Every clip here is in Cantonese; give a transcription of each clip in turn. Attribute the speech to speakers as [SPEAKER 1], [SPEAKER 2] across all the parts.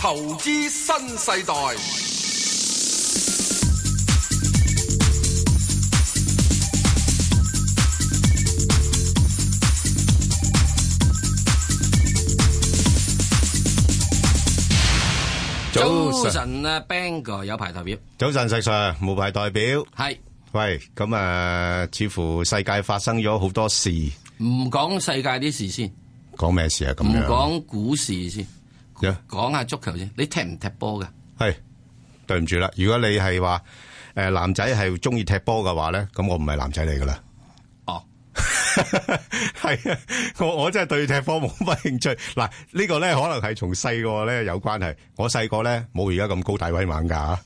[SPEAKER 1] 投資新世代。
[SPEAKER 2] 早晨啊，Bang 哥有排代表，
[SPEAKER 3] 早晨，石 Sir，無牌代表。
[SPEAKER 2] 係
[SPEAKER 3] 喂，咁啊，似乎世界發生咗好多事，
[SPEAKER 2] 唔講世界啲事先，
[SPEAKER 3] 講咩事啊？咁
[SPEAKER 2] 唔
[SPEAKER 3] 樣
[SPEAKER 2] 講股市先，
[SPEAKER 3] 呀
[SPEAKER 2] 講下足球先。你踢唔踢波噶？
[SPEAKER 3] 係對唔住啦，如果你係話誒男仔係中意踢波嘅話咧，咁我唔係男仔嚟噶啦。
[SPEAKER 2] 哦，
[SPEAKER 3] 係啊，我我真係對踢波冇乜興趣。嗱，呢個咧可能係從細個咧有關係。我細個咧冇而家咁高大威猛㗎，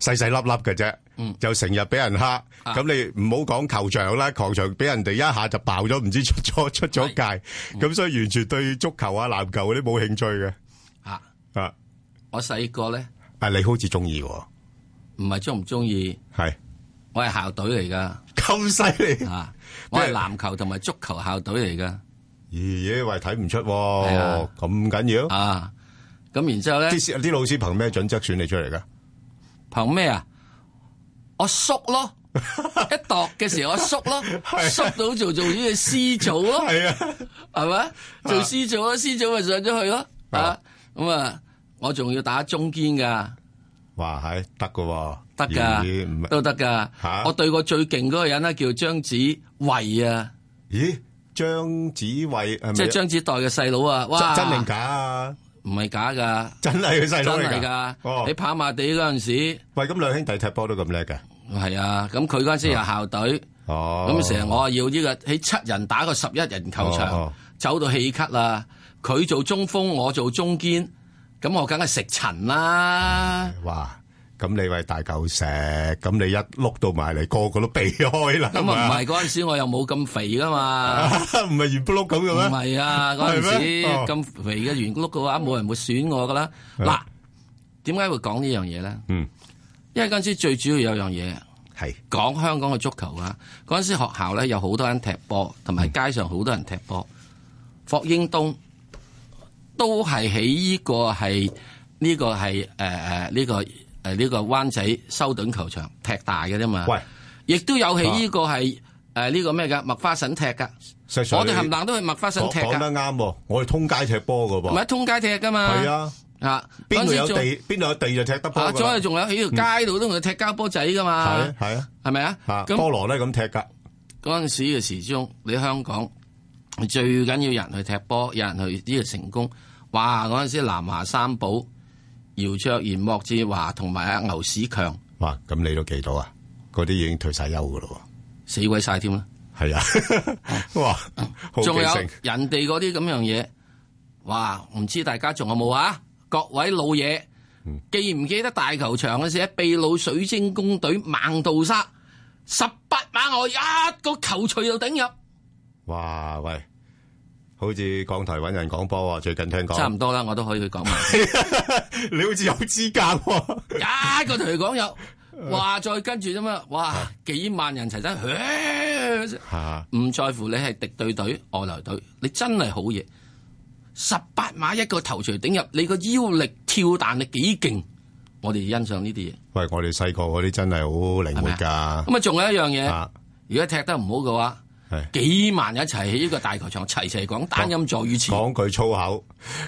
[SPEAKER 3] 細細粒粒嘅啫，就成日俾人蝦。咁你唔好講球場啦，球場俾人哋一下就爆咗，唔知出咗出咗界。咁所以完全對足球啊、籃球嗰啲冇興趣嘅。
[SPEAKER 2] 啊，
[SPEAKER 3] 啊，
[SPEAKER 2] 我細個咧
[SPEAKER 3] 啊你好似中意喎，
[SPEAKER 2] 唔係中唔中意，
[SPEAKER 3] 係
[SPEAKER 2] 我係校 隊嚟噶，
[SPEAKER 3] 咁犀利。
[SPEAKER 2] 啊，我係
[SPEAKER 3] 即係
[SPEAKER 2] 籃球同埋足球校隊嚟噶，
[SPEAKER 3] 咦咦，喂睇唔出
[SPEAKER 2] 係啊
[SPEAKER 3] 喎，咁緊要？
[SPEAKER 2] 啊，咁然之後咧
[SPEAKER 3] 啲啲老師憑咩準則選你出嚟㗎？
[SPEAKER 2] 憑咩啊？我縮 咯。一度嘅時候我縮咯，縮到做做呢個 C 組咯，
[SPEAKER 3] 係啊。
[SPEAKER 2] 系咪？做 C 組咯，C 組咪上咗去咯。啊，咁啊，我仲要打中堅噶，
[SPEAKER 3] 哇，係得噶喎，
[SPEAKER 2] 得
[SPEAKER 3] 咦唔
[SPEAKER 2] 噶，
[SPEAKER 3] 係
[SPEAKER 2] 都得噶
[SPEAKER 3] 嚇。
[SPEAKER 2] 我對過最勁嗰個人咧叫張子慧啊，
[SPEAKER 3] 咦？張子慧係咪
[SPEAKER 2] 即係張子代嘅細佬啊。哇，
[SPEAKER 3] 真真定假啊？
[SPEAKER 2] 唔係假噶，
[SPEAKER 3] 真係佢細
[SPEAKER 2] 真
[SPEAKER 3] 佬嚟
[SPEAKER 2] 係
[SPEAKER 3] 㗎
[SPEAKER 2] 噶。
[SPEAKER 3] 哦
[SPEAKER 2] 喺，跑馬地嗰陣時，
[SPEAKER 3] 喂，咁兩兄弟踢波都咁叻嘅，
[SPEAKER 2] 係啊，咁佢嗰陣時係校隊，
[SPEAKER 3] 哦，
[SPEAKER 2] 咁成日我要呢個喺七人打個十一人球場
[SPEAKER 3] 哦，
[SPEAKER 2] 走到氣咳啦。佢做中鋒，我做中堅，咁我梗係食塵啦。
[SPEAKER 3] 哇！咁你喂大嚿石，咁你一碌到埋嚟，個個都避開啦，
[SPEAKER 2] 咁啊唔係嗰陣時我又冇咁肥 噶嘛，
[SPEAKER 3] 係 嘛，唔係圓不碌咁
[SPEAKER 2] 唔
[SPEAKER 3] 嘅咩？
[SPEAKER 2] 係啊嗰陣
[SPEAKER 3] 係
[SPEAKER 2] 時
[SPEAKER 3] 咩哦
[SPEAKER 2] 咁肥嘅圓碌嘅話，冇人會選我噶啦。嗱，點解會講呢樣嘢咧？
[SPEAKER 3] 嗯，
[SPEAKER 2] 因為嗰陣時最主要有樣嘢
[SPEAKER 3] 係
[SPEAKER 2] 講香港嘅足球啊，嗰陣時學校咧有好多人踢波，同埋街上好多人踢波。霍英東都係喺呢個係呢個係誒誒呢個誒呢個灣仔修頓球場踢大嘅啫嘛。
[SPEAKER 3] 喂，
[SPEAKER 2] 亦都有喺呢個係誒呢個咩㗎麥花臣踢㗎，
[SPEAKER 3] 石 Sir，
[SPEAKER 2] 我哋冚唪
[SPEAKER 3] 你
[SPEAKER 2] 唥都去麥花臣
[SPEAKER 3] 講
[SPEAKER 2] 踢
[SPEAKER 3] 講得
[SPEAKER 2] 㗎，
[SPEAKER 3] 啱喎，我哋通街踢波㗎
[SPEAKER 2] 唔
[SPEAKER 3] 噃，
[SPEAKER 2] 係通街踢㗎嘛。
[SPEAKER 3] 係啊，
[SPEAKER 2] 啊，
[SPEAKER 3] 邊度
[SPEAKER 2] 嗰陣時
[SPEAKER 3] 有
[SPEAKER 2] 仲
[SPEAKER 3] 地，邊度有地就踢得波
[SPEAKER 2] 啊，
[SPEAKER 3] 㗎
[SPEAKER 2] 左係
[SPEAKER 3] 啦，
[SPEAKER 2] 仲有喺條街度都同佢踢交波仔㗎嘛
[SPEAKER 3] 係，係啊，
[SPEAKER 2] 係咪啊？
[SPEAKER 3] 嚇，
[SPEAKER 2] 咁
[SPEAKER 3] 菠蘿咧咁踢㗎，
[SPEAKER 2] 嗰陣時嘅時鐘，你香港最緊要有人去踢波，有人去呢個成功。哇！嗰陣時南華三寶、姚卓然、莫志華同埋阿牛史強
[SPEAKER 3] 哇！咁你都記到啊？嗰啲已經退晒休噶咯
[SPEAKER 2] 死鬼晒添啦。
[SPEAKER 3] 喎，係啊， 哇！好
[SPEAKER 2] 仲
[SPEAKER 3] 記
[SPEAKER 2] 有
[SPEAKER 3] 性，
[SPEAKER 2] 人哋嗰啲咁樣嘢，哇！唔知大家仲有冇啊？各位老嘢，記唔記得大球場嗰時喺秘魯水晶宮隊孟杜沙十八碼外一個球槌就頂入，
[SPEAKER 3] 哇！喂，好似港台揾人講波喎，最近聽
[SPEAKER 2] 差
[SPEAKER 3] 講，
[SPEAKER 2] 唔多啦，我都可以去講埋。
[SPEAKER 3] 你好似有資格喎，
[SPEAKER 2] 一個同佢講有，哇！再跟住啫嘛，哇！幾萬人齊身，
[SPEAKER 3] 嚇
[SPEAKER 2] 唔在乎你係敵對隊、外來隊，你真係好嘢。十八碼一個頭槌頂入，你個腰力、跳彈力幾勁，我哋欣賞呢啲嘢。
[SPEAKER 3] 喂，我哋細個嗰啲真係好靈活㗎，
[SPEAKER 2] 咁啊，仲有一樣嘢，
[SPEAKER 3] 嚇
[SPEAKER 2] 如果踢得唔好嘅話，
[SPEAKER 3] 係
[SPEAKER 2] 幾萬人一齊喺呢個大球場齊齊講單音助語詞，
[SPEAKER 3] 講句粗口，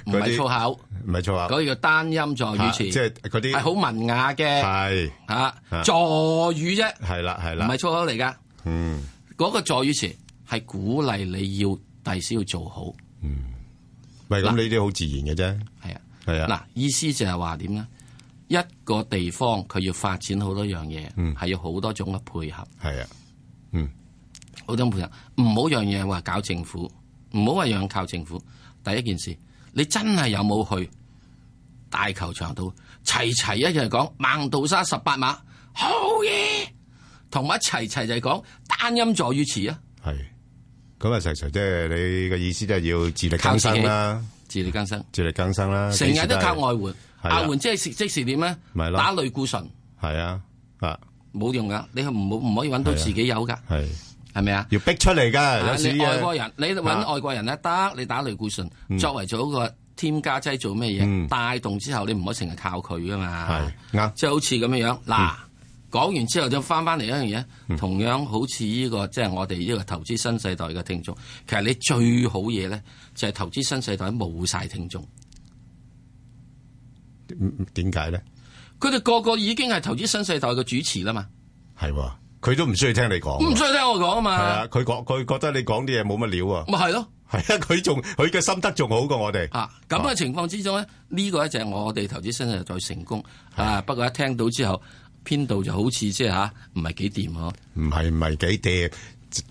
[SPEAKER 2] 唔
[SPEAKER 3] 嗰
[SPEAKER 2] 係
[SPEAKER 3] 啲
[SPEAKER 2] 粗口，
[SPEAKER 3] 唔係粗口，
[SPEAKER 2] 嗰個叫單音助
[SPEAKER 3] 嚇
[SPEAKER 2] 語
[SPEAKER 3] 即
[SPEAKER 2] 詞，
[SPEAKER 3] 係嗰
[SPEAKER 2] 係好
[SPEAKER 3] 啲
[SPEAKER 2] 文雅嘅
[SPEAKER 3] 係
[SPEAKER 2] 嚇
[SPEAKER 3] 啊
[SPEAKER 2] 助語啫，
[SPEAKER 3] 係啦係
[SPEAKER 2] 唔
[SPEAKER 3] 啦
[SPEAKER 2] 係，粗口嚟㗎。
[SPEAKER 3] 嗯
[SPEAKER 2] 嗰個助語詞係鼓勵你要第時要做好，
[SPEAKER 3] 喂，咁
[SPEAKER 2] 嗱
[SPEAKER 3] 呢啲好自然
[SPEAKER 2] 係啊。
[SPEAKER 3] 嘅啫，係啊，
[SPEAKER 2] 嗱，意思就係話點咧？一個地方佢要發展好多樣嘢，係、
[SPEAKER 3] 嗯
[SPEAKER 2] 要好多種嘅配合，
[SPEAKER 3] 係啊，
[SPEAKER 2] 好多種配合。唔好樣嘢話搞政府，唔好話樣靠政府。第一件事，你真係有冇去大球場度齊齊一齊講孟杜沙十八碼好嘢，同埋一齊齊就係講單音助語詞啊，
[SPEAKER 3] 係。咁啊，石 Sir，即係你嘅意思，即係要自力更生啦。
[SPEAKER 2] 自力更生。
[SPEAKER 3] 自力更生啦，
[SPEAKER 2] 成日都
[SPEAKER 3] 啊幾時
[SPEAKER 2] 靠
[SPEAKER 3] 係
[SPEAKER 2] 外援，
[SPEAKER 3] 係啊
[SPEAKER 2] 外援即係即時點咧？
[SPEAKER 3] 咪咯
[SPEAKER 2] 打類固醇
[SPEAKER 3] 係啊，啊
[SPEAKER 2] 冇用噶，你唔好唔可以揾到自己有噶，
[SPEAKER 3] 係
[SPEAKER 2] 係咪啊？
[SPEAKER 3] 要逼出嚟噶，
[SPEAKER 2] 啊
[SPEAKER 3] 有時
[SPEAKER 2] 你
[SPEAKER 3] 嘅
[SPEAKER 2] 外國人，你
[SPEAKER 3] 啊嗯
[SPEAKER 2] 揾外國人咧得，你打類固醇作為做一個添加劑做咩嘢，帶動之後你唔可以成日靠佢噶嘛。
[SPEAKER 3] 係嗯啱
[SPEAKER 2] 即係好似咁樣樣嗱，講完之後就翻翻嚟一樣
[SPEAKER 3] 嗯
[SPEAKER 2] 嘢，同樣好似呢個即係我哋呢個投資新世代嘅聽眾，其實你最好嘢咧就係投資新世代冇晒聽眾。
[SPEAKER 3] 點解咧？
[SPEAKER 2] 佢哋個個已經係投資新世代嘅主持啦嘛，
[SPEAKER 3] 係喎，佢都唔需要聽你講
[SPEAKER 2] 唔
[SPEAKER 3] 喎。
[SPEAKER 2] 需要聽我講啊
[SPEAKER 3] 係啊，
[SPEAKER 2] 嘛，
[SPEAKER 3] 佢講佢覺得你講啲嘢冇乜料啊。
[SPEAKER 2] 咪係咯
[SPEAKER 3] 係啊，佢仲佢嘅心得仲好過我哋。
[SPEAKER 2] 啊！咁嘅情況之中咧，呢、個咧就係我哋投資新世代成功啊。不過一聽到之後，編導就好似即係吓唔係幾掂喎。
[SPEAKER 3] 唔係唔係幾掂，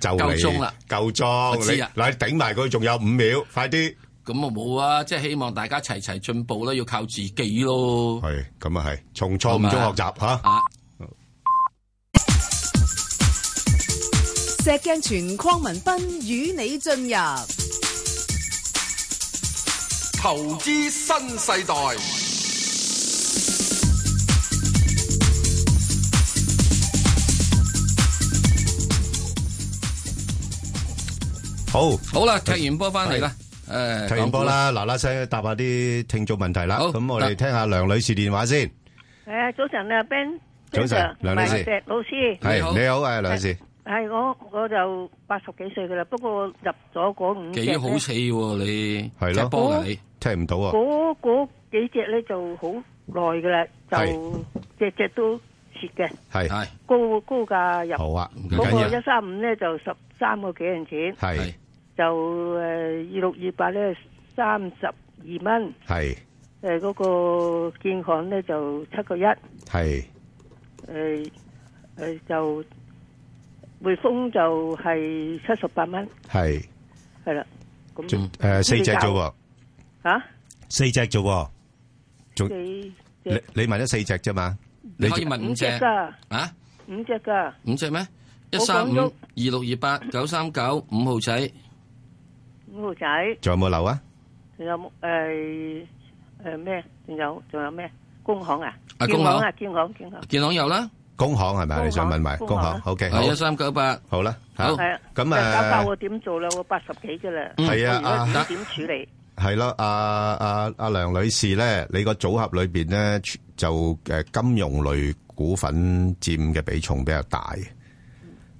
[SPEAKER 3] 就嚟
[SPEAKER 2] 夠鐘啦。
[SPEAKER 3] 夠鐘，
[SPEAKER 2] 我知
[SPEAKER 3] 你
[SPEAKER 2] 啊
[SPEAKER 3] 嗱你頂埋佢，仲有五秒，快啲。
[SPEAKER 2] 咁我冇啊，即係希望大家齊齊進步啦，要靠自己咯。
[SPEAKER 3] 係咁啊，係從錯誤中學習嚇。
[SPEAKER 2] 啊，
[SPEAKER 4] 石鏡泉邝文斌與你進入
[SPEAKER 1] 投資新世代，
[SPEAKER 3] 好，
[SPEAKER 2] 好啦，踢完波翻嚟啦。誒，
[SPEAKER 3] 踢完波啦，嗱嗱聲答下啲聽眾問題啦。
[SPEAKER 2] 好
[SPEAKER 3] 咁我哋
[SPEAKER 2] 得
[SPEAKER 3] 聽下梁女士電話先。
[SPEAKER 5] 诶，早晨啊，Ben，
[SPEAKER 3] 早晨
[SPEAKER 5] Sir，
[SPEAKER 3] 梁女士
[SPEAKER 5] 同埋石老師，
[SPEAKER 3] 係
[SPEAKER 2] 係你好
[SPEAKER 3] 你好，誒梁女士，
[SPEAKER 5] 係我我就八十幾歲噶啦，不過入咗嗰五
[SPEAKER 2] 講
[SPEAKER 5] 隻
[SPEAKER 2] 幾
[SPEAKER 5] 咧
[SPEAKER 2] 好死喎你，
[SPEAKER 3] 係咯
[SPEAKER 2] 踢波㗎你。
[SPEAKER 3] 聽唔到啊。
[SPEAKER 5] 嗰嗰幾隻咧就好耐噶啦，就隻隻都蝕嘅，
[SPEAKER 3] 係
[SPEAKER 2] 係
[SPEAKER 5] 高高價入。
[SPEAKER 3] 好啊，唔
[SPEAKER 5] 嗰個
[SPEAKER 3] 緊要
[SPEAKER 5] 一，三五咧就十三個幾銀錢，
[SPEAKER 3] 係
[SPEAKER 2] 係
[SPEAKER 5] 就誒二六二八咧三十二蚊，
[SPEAKER 3] 係
[SPEAKER 5] 誒嗰個建行咧就七個一，誒
[SPEAKER 3] 係
[SPEAKER 5] 誒就匯豐就係七十八蚊。
[SPEAKER 3] 係
[SPEAKER 5] 系啦，咁
[SPEAKER 3] 誒四隻啫喎，
[SPEAKER 5] 吓，
[SPEAKER 3] 四隻啫喎，仲
[SPEAKER 5] 四
[SPEAKER 3] 你
[SPEAKER 5] 隻
[SPEAKER 3] 你問咗四隻啫嘛？
[SPEAKER 2] 你
[SPEAKER 3] 你
[SPEAKER 2] 可以問
[SPEAKER 5] 五
[SPEAKER 2] 五隻
[SPEAKER 5] 隻噶，
[SPEAKER 2] 啊？
[SPEAKER 5] 五隻噶，
[SPEAKER 2] 五隻咩？一
[SPEAKER 5] 我
[SPEAKER 2] 三
[SPEAKER 5] 講
[SPEAKER 2] 五
[SPEAKER 5] 咗
[SPEAKER 2] 二六二八九三九五號仔，
[SPEAKER 5] 五號仔，
[SPEAKER 3] 仲有冇留啊？
[SPEAKER 5] 仲有冇诶诶咩？仲有仲有咩？工行啊，
[SPEAKER 2] 啊
[SPEAKER 5] 建
[SPEAKER 2] 工
[SPEAKER 5] 行啊，
[SPEAKER 2] 行
[SPEAKER 5] 建行，建行，
[SPEAKER 2] 建行有啦，
[SPEAKER 3] 工行係咪？
[SPEAKER 5] 工行
[SPEAKER 3] 你想問埋
[SPEAKER 5] 工
[SPEAKER 3] 工
[SPEAKER 5] 行
[SPEAKER 3] 行？OK，好
[SPEAKER 2] 係一三九八，
[SPEAKER 3] 好啦，
[SPEAKER 2] 好
[SPEAKER 5] 係啊，
[SPEAKER 3] 咁
[SPEAKER 5] 教教
[SPEAKER 3] 誒
[SPEAKER 5] 我點做啦？我八十幾噶啦，
[SPEAKER 3] 係啊
[SPEAKER 5] 我而
[SPEAKER 3] 啊
[SPEAKER 5] 家點處理？
[SPEAKER 3] 係咯，阿阿阿梁女士咧，你個組合裏邊咧就誒金融類股份佔嘅比重比較大，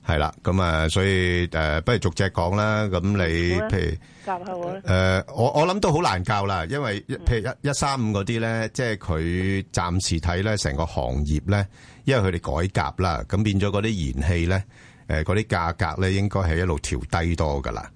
[SPEAKER 3] 係啦，咁啊，所以誒，不如逐隻講啦。咁你
[SPEAKER 5] 好啊
[SPEAKER 3] 譬如。
[SPEAKER 5] 教下我啦，
[SPEAKER 3] 誒、呃我我諗都好難教啦，因為一譬如一一三五嗰啲咧，即係佢暫時睇咧成個行業咧，因為佢哋改革啦，咁變咗嗰啲燃氣咧，誒嗰啲價格咧應該係一路調低多噶啦。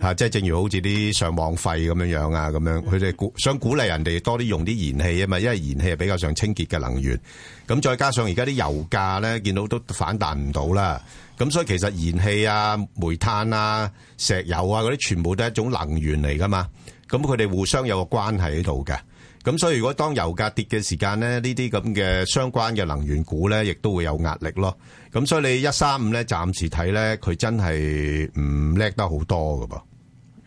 [SPEAKER 3] 嚇、即係正如好似啲上網費咁樣樣啊，咁樣佢哋鼓想鼓勵人哋多啲用啲燃氣啊嘛，因為燃氣係比較上清潔嘅能源。咁再加上而家啲油價咧，見到都反彈唔到啦。咁所以其實燃氣啊、煤炭啊、石油啊嗰啲，全部都係一種能源嚟噶嘛。咁佢哋互相有個關係喺度嘅。咁所以如果當油價跌嘅時間咧，呢啲咁嘅相關嘅能源股咧，亦都會有壓力咯。咁所以你一三五咧，暫時睇咧，佢真係唔叻得好多噶噃。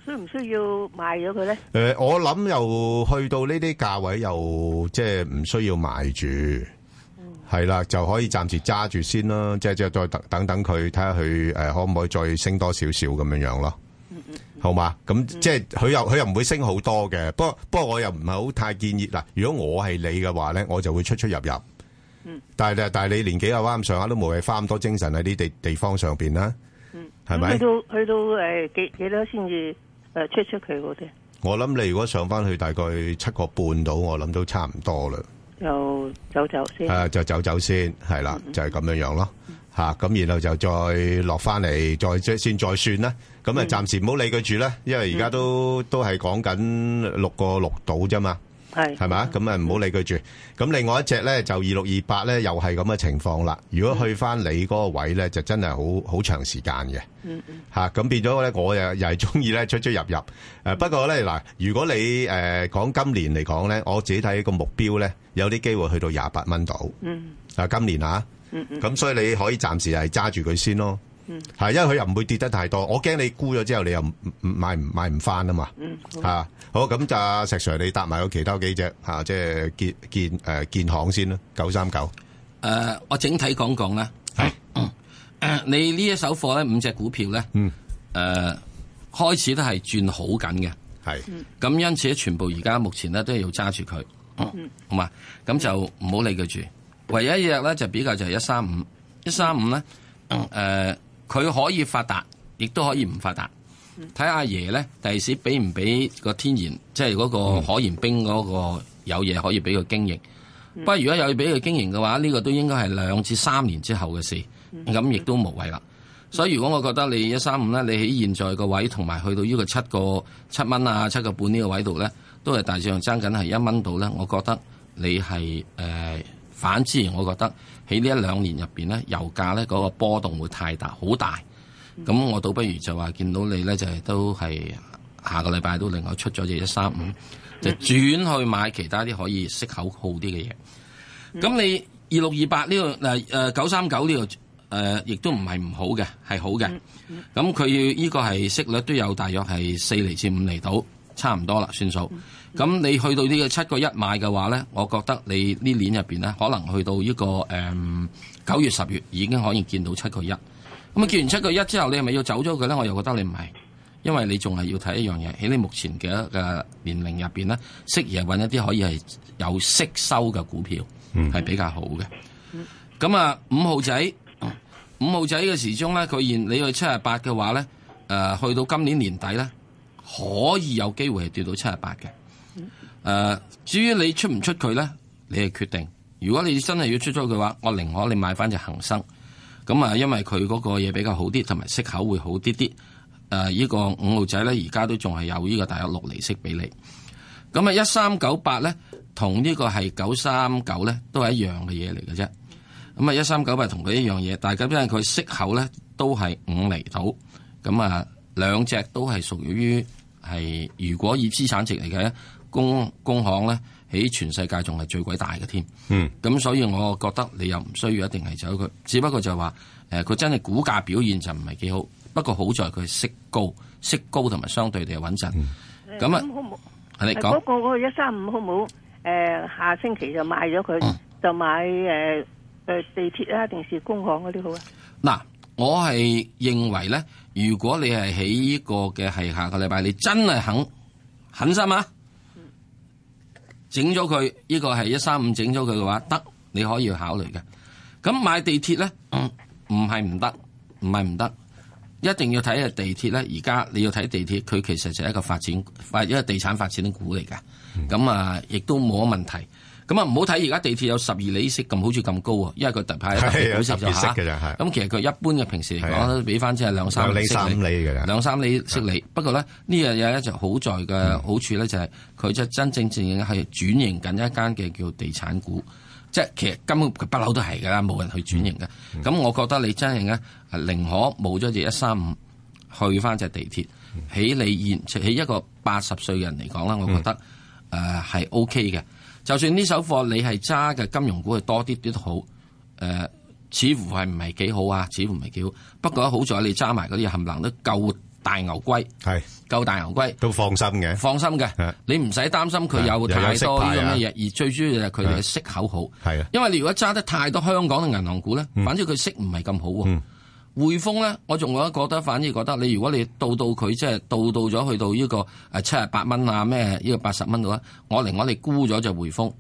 [SPEAKER 5] 需唔需要賣咗佢咧？
[SPEAKER 3] 誒、呃我諗又去到呢啲價位又即係唔需要賣住，係啦、就可以暫時揸住先啦，即係即係再等等等佢睇下佢誒可唔可以再升多少少咁樣樣咯。好嘛，咁即係佢又佢又唔會升好多嘅，不過不過我又唔係好太建議嗱。如果我係你嘅話咧，我就會出出入入。但係但係你年紀又啱上下，都無謂花咁多精神喺呢地地方上邊啦，係咪、
[SPEAKER 5] 咁去到去到诶几几多先至诶出出佢嗰啲？
[SPEAKER 3] 我諗你如果上翻去大概七個半到，我諗都差唔多啦。
[SPEAKER 5] 就走走先，
[SPEAKER 3] 啊，就走走先，係啦，就係咁樣樣咯。吓咁，然後就再落翻嚟，再即先再算啦。咁啊，暫時唔好理佢住啦，因為而家都都係講緊六個六到啫嘛，
[SPEAKER 5] 係
[SPEAKER 3] 係咪啊？咁啊，唔好理佢住。咁另外一隻咧就二六二八咧，又係咁嘅情況啦。如果去翻你嗰個位咧，就真係好好長時間嘅。
[SPEAKER 5] 嗯
[SPEAKER 3] 吓咁變咗咧，我又又係中意咧出出入入。誒不過咧嗱，如果你誒講今年嚟講咧，我自己睇個目標咧，有啲機會去到廿八蚊度。
[SPEAKER 5] 嗯
[SPEAKER 3] 啊，今年啊，咁所以你可以暫時係揸住佢先咯，
[SPEAKER 5] 嗯
[SPEAKER 3] 係因為佢又唔會跌得太多，我驚你沽咗之後你又唔唔買唔買唔翻啊嘛，
[SPEAKER 5] 嗯，好
[SPEAKER 3] 嚇好咁就阿石 Sir 你搭埋個其他幾隻嚇，即係建建誒建行先啦，九三九
[SPEAKER 2] 誒，呃我整體講講啦。
[SPEAKER 3] 係
[SPEAKER 2] 誒你呃呢一手貨咧，五隻股票咧，誒、開始都係轉好緊嘅，
[SPEAKER 3] 係，
[SPEAKER 2] 咁因此全部而家目前咧都係要揸住佢，好嘛？咁就唔好理佢住。唯一一日咧就比較就係一三五，一三五咧，誒、佢可以發達，亦都可以唔發達。睇阿爺咧，第時俾唔俾個天然，即係嗰個可燃冰嗰個有嘢可以俾佢經營。不過如果有嘢俾佢經營嘅話，呢、個都應該係兩至三年之後嘅事，咁亦都無謂啦。所以如果我覺得你一三五咧，你喺現在個位同埋去到呢個七個七蚊啊七個半呢個位度咧，都係大致上爭緊係一蚊度咧。我覺得你係誒、呃反之，我覺得喺呢一兩年入邊咧，油價咧嗰個波動會太大，好大。咁我倒不如就話見到你咧，就係都係下個禮拜都另外出咗只一三五，就轉去買其他啲可以息口好啲嘅嘢。咁你二六二八呢度嗱誒九三九呢度誒，亦都唔係唔好嘅，係好嘅。咁佢呢個係息率都有大約係四厘至五厘到，差唔多啦，算數。咁你去到呢個七個一買嘅話咧，我覺得你呢年入邊咧，可能去到呢、個誒九、月十月已經可以見到七個一。咁啊，見完七個一之後，你係咪要走咗佢咧？我又覺得你唔係，因為你仲係要睇一樣嘢，喺你目前嘅嘅年齡入邊咧，適宜係揾一啲可以係有息收嘅股票，係、比較好嘅。咁啊，五號仔，五號仔嘅時鐘咧，佢現你去七十八嘅話咧，誒、去到今年年底咧，可以有機會係跌到七十八嘅。誒、至於你出唔出佢咧，你係決定。如果你真係要出咗佢嘅話，我寧可你買翻只恒生。咁啊，因為佢嗰個嘢比較好啲，同埋息口會好啲啲。誒、依、個五號仔咧，而家都仲係有呢個大約六厘息俾你。咁啊，一三九八咧，同呢個係九三九咧，都係一樣嘅嘢嚟嘅啫。咁啊，一三九八同佢一樣嘢，但係咁因為佢息口咧都係五厘到，咁啊兩隻都係屬於係如果以資產值嚟嘅，工工行咧喺全世界仲係最鬼大嘅添。
[SPEAKER 3] 嗯，
[SPEAKER 2] 咁所以我覺得你又唔需要一定係走佢，只不過就係話誒佢真係股價表現就唔係幾好，不過好在佢息高，息高同埋相對地係穩陣。咁啊
[SPEAKER 5] 好唔好？
[SPEAKER 2] 你
[SPEAKER 5] 誒
[SPEAKER 2] 講
[SPEAKER 5] 嗰個嗰個一三五好唔好？誒，下星期就買咗佢
[SPEAKER 2] 嗯，
[SPEAKER 5] 就買誒誒地鐵啊，定是工行嗰啲好啊？
[SPEAKER 2] 嗱，我係認為咧，如果你係喺呢個嘅係下個禮拜，你真係肯狠心啊！整咗佢呢個係一三五整咗佢嘅話，得你可以考慮嘅。咁買地鐵咧，嗯唔係唔得，唔係唔得，一定要睇下地鐵咧。而家你要睇地鐵，佢其實就係一個發展，發一個地產發展股嚟嘅。
[SPEAKER 3] 嗯
[SPEAKER 2] 咁啊，亦都冇乜問題。咁啊，唔好睇而家地鐵有十二厘息咁，好似咁高啊，因為佢特派特別
[SPEAKER 3] 係
[SPEAKER 2] 股
[SPEAKER 3] 有
[SPEAKER 2] 息
[SPEAKER 3] 特
[SPEAKER 2] 就
[SPEAKER 3] 別
[SPEAKER 2] 嚇
[SPEAKER 3] 息。嘅就係，
[SPEAKER 2] 咁其實佢一般嘅平時嚟
[SPEAKER 3] 係啊
[SPEAKER 2] 講都俾翻即係兩三
[SPEAKER 3] 兩厘
[SPEAKER 2] 厘息
[SPEAKER 3] 三
[SPEAKER 2] 你，
[SPEAKER 3] 厘嘅啫，
[SPEAKER 2] 兩三厘息你。不過咧，呢樣嘢咧就好在
[SPEAKER 3] 嗯
[SPEAKER 2] 嘅好處咧就係佢即係真正正係轉型緊一間嘅叫地產股，即係其實根本佢不嬲都係㗎啦，冇人去轉型嘅。
[SPEAKER 3] 嗯
[SPEAKER 2] 咁我覺得你真係咧，啊寧可冇咗只一三五，去翻只地鐵，
[SPEAKER 3] 嗯
[SPEAKER 2] 喺你現喺一個八十歲嘅人嚟講啦，我覺得誒係 O K 嘅。就算呢手貨你係揸嘅金融股係多啲啲都好，誒、呃似乎係唔係幾好啊？似乎唔係幾好。不過好在你揸埋嗰啲冚唪唥都夠大牛龜，
[SPEAKER 3] 係
[SPEAKER 2] 夠大牛龜，
[SPEAKER 3] 都放心嘅，
[SPEAKER 2] 放心嘅
[SPEAKER 3] 係，
[SPEAKER 2] 你唔使擔心
[SPEAKER 3] 係
[SPEAKER 2] 佢
[SPEAKER 3] 又
[SPEAKER 2] 有
[SPEAKER 3] 有
[SPEAKER 2] 太
[SPEAKER 3] 息
[SPEAKER 2] 多
[SPEAKER 3] 派
[SPEAKER 2] 呢
[SPEAKER 3] 啊
[SPEAKER 2] 啲咁嘅嘢，而最主要就係佢哋嘅息口好。
[SPEAKER 3] 係啊，
[SPEAKER 2] 因為你如果揸得太多香港嘅銀行股咧，反正佢息唔係咁好喎。匯豐咧，我仲覺得反而覺得你如果你到到佢即係到到咗去到呢個誒七十八蚊啊咩呢個八十蚊度咧，我寧我哋沽咗就匯豐，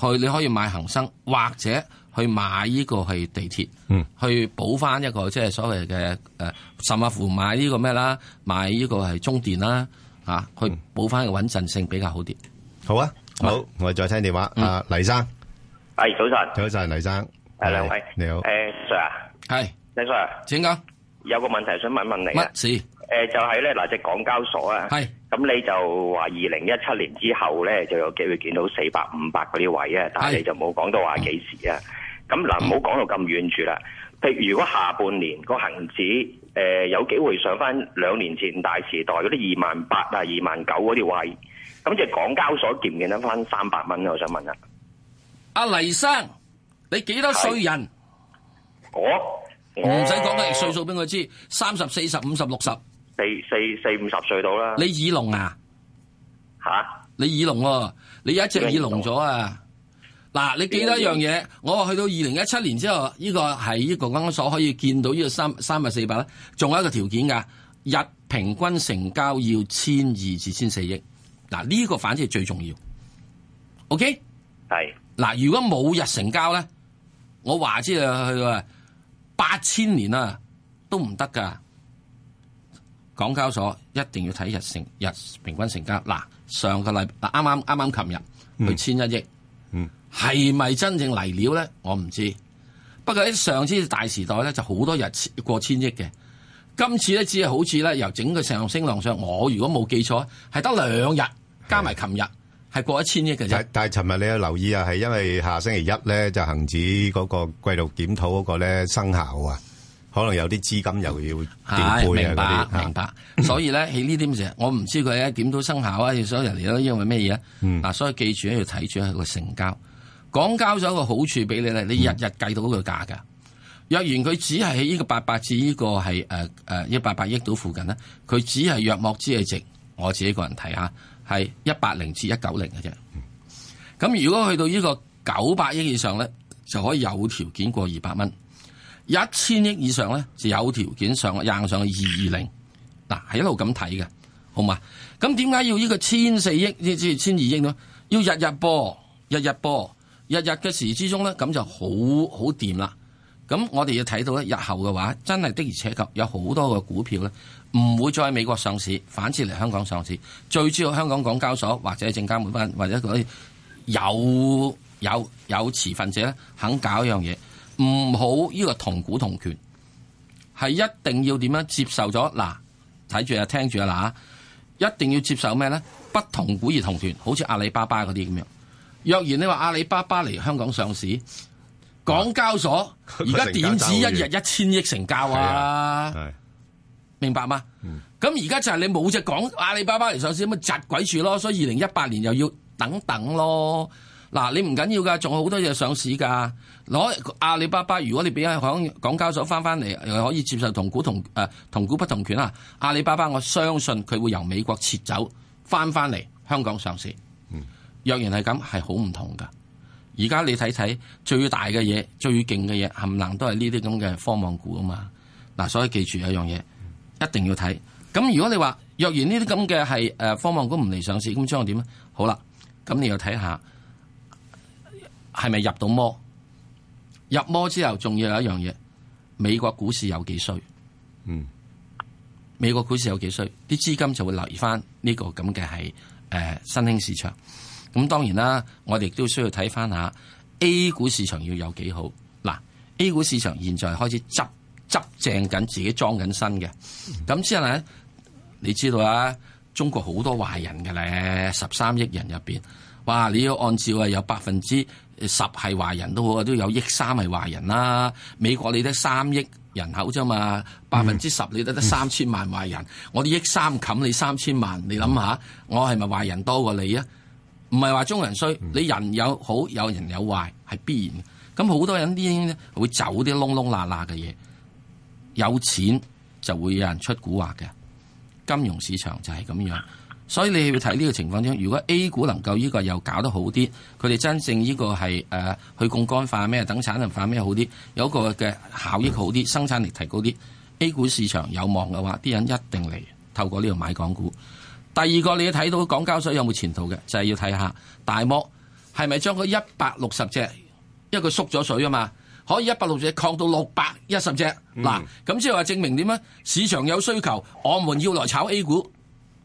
[SPEAKER 2] 去你可以買恒生或者去買呢個係地鐵，
[SPEAKER 3] 嗯
[SPEAKER 2] 去補翻一個即係所謂嘅誒、呃甚至乎買呢個咩啦，買呢個係中電啦嚇、啊去補翻個穩陣性比較好啲。
[SPEAKER 3] 好啊，好，我哋再聽電話，阿黎生，
[SPEAKER 6] 系早晨，
[SPEAKER 3] 早晨，黎生，
[SPEAKER 6] 系两位，
[SPEAKER 3] 你好，
[SPEAKER 6] 诶、Sir 啊，
[SPEAKER 2] 係，
[SPEAKER 6] 李 Sir 啊
[SPEAKER 2] 請講
[SPEAKER 6] 有個問題想問一問你啊
[SPEAKER 2] 乜，事？
[SPEAKER 6] 诶、就係咧嗱，只港交所啊，
[SPEAKER 2] 係
[SPEAKER 6] 咁你就話二零一七年之後咧就有機會見到四百五百嗰啲位啊，但係
[SPEAKER 2] 係嗯
[SPEAKER 6] 你就冇講到話幾時啊，咁嗱唔好講到咁遠住啦，譬如如果下半年個恒指诶、誒有機會上翻兩年前大時代嗰啲二萬八啊、二萬九嗰啲位，咁只港交所見唔見得翻三百蚊啊？我想問啊，
[SPEAKER 2] 阿黎生，你幾多歲人？
[SPEAKER 6] 我
[SPEAKER 2] 唔使講嘅歲數俾我知，三十、四十、五十、六十，
[SPEAKER 6] 四四四五十歲到啦。
[SPEAKER 2] 你耳聾啊？
[SPEAKER 6] 吓，
[SPEAKER 2] 你耳聾喎，你有一隻耳聾咗啊！嗱，你記得一樣嘢，我話去到二零一七年之後，呢、個係呢個港交所可以見到呢個三三百四百啦，仲有一個條件㗎，日平均成交要千二至千四億。嗱，呢個反之係最重要。OK，
[SPEAKER 6] 係
[SPEAKER 2] 嗱，如果冇日成交咧，我話知啊，去啊八千年啊都唔得噶。港交所一定要睇日成日平均成交。嗱，上個禮嗱啱啱啱啱琴日去千一億，
[SPEAKER 3] 嗯，
[SPEAKER 2] 係咪真正嚟料咧？我唔知。不過喺上次大時代咧，就好多日千過千億嘅。今次咧只係好似咧由整個上升浪上，我如果冇記錯，係得兩日加埋琴日係過一千億嘅啫。
[SPEAKER 3] 但-但係尋日你有留意啊，係因為下星期一呢，就恒指嗰個季度檢討嗰個呢，生效啊，可能有啲資金又要調配啊，
[SPEAKER 2] 係明白
[SPEAKER 3] 嗰啲，啊，
[SPEAKER 2] 明白，所以咧喺呢點時，我唔知佢咧檢討生效啊，所以人哋都因為咩嘢
[SPEAKER 3] 嗯
[SPEAKER 2] 咧？嗱，所以記住咧要睇住佢個成交。港交所個好處俾你咧，
[SPEAKER 3] 嗯
[SPEAKER 2] 你日日計到嗰個價㗎。若然佢只係喺呢個八百至呢個係誒誒一百八億度附近咧，佢只係約莫之嘅值，我自己個人睇下係一百零至一九零嘅啫。
[SPEAKER 3] 嗯
[SPEAKER 2] 咁如果去到呢個九百億以上咧，就可以有條件過二百蚊。一千億以上咧，就有條件上硬上去二二零，嗱係一路咁睇嘅，好嘛？咁點解要呢個千四億即至千二億呢？要日日播，日日播，日日嘅時之中咧，咁就好好掂啦。咁我哋要睇到咧，日後嘅話，真係的而且確有好多嘅股票咧，唔會再喺美國上市，反之嚟香港上市。最主要香港港交所或者證監會班或者嗰啲有有有持份者咧，肯搞一樣嘢。唔好呢個同股同權，係一定要點樣接受咗嗱？睇住啊，聽住啊嗱，一定要接受咩咧？不同股而同權，好似阿里巴巴嗰啲咁樣。若然你話阿里巴巴嚟香港上市，港啊交所而家點止一日一千億成交啊？明白嗎？咁而家就係你冇只港阿里巴巴嚟上市，咁咪窒鬼住咯。所以二零一八年又要等等咯。嗱，你唔緊要噶，仲有好多嘢上市噶。攞阿里巴巴，如果你俾港港交所翻翻嚟，又可以接受同股同誒、呃同股不同權啊。阿里巴巴我相信佢會由美國撤走，翻翻嚟香港上市。若然係咁，係好唔同噶。而家你睇睇最大嘅嘢、最勁嘅嘢，冚唪唥都係呢啲咁嘅科網股啊嘛。嗱，所以記住有一樣嘢。一定要睇。咁如果你話若然呢啲咁嘅呃係誒科網股唔嚟上市，咁將我點咧？好啦，咁你又睇下呃係咪入到魔？入魔之後，仲要有一樣嘢，美國股市有幾衰？
[SPEAKER 3] 嗯，
[SPEAKER 2] 美國股市有幾衰？啲資金就會留意翻呢個咁嘅係誒新興市場。咁當然啦，我哋亦都需要睇翻下 A 股市場要有幾好。嗱，A 股市場現在開始執執正緊自己裝緊新嘅，咁之後咧，你知道啦，中國好多壞人嘅咧，十三億人入邊，哇！你要按照啊，有百分之十係壞人都好啊，都有億三係壞人啦。美國你得三億人口啫嘛，百分之十你得得三千萬壞人，我哋億三冚你三千萬，你諗下，我係咪壞人多過你啊？唔係話中國人衰，你人有好，有人有壞，係必然嘅。咁好多人啲咧會走啲窿窿罅罅嘅嘢，有錢就會有人出古惑嘅。金融市場就係咁樣，所以你要睇呢個情況中，如果 A 股能夠呢個又搞得好啲，佢哋真正呢個係誒、呃去槓桿化咩等產能化咩好啲，有一個嘅效益好啲，生產力提高啲，A 股市場有望嘅話，啲人一定嚟透過呢度買港股。第二個你要睇到港交所有冇前途嘅，就係、要睇下大摩係咪將嗰一百六十隻，因為佢縮咗水啊嘛，可以一百六十隻擴到六百一十隻，嗱咁即係話證明點啊？市場有需求，我們要來炒 A 股，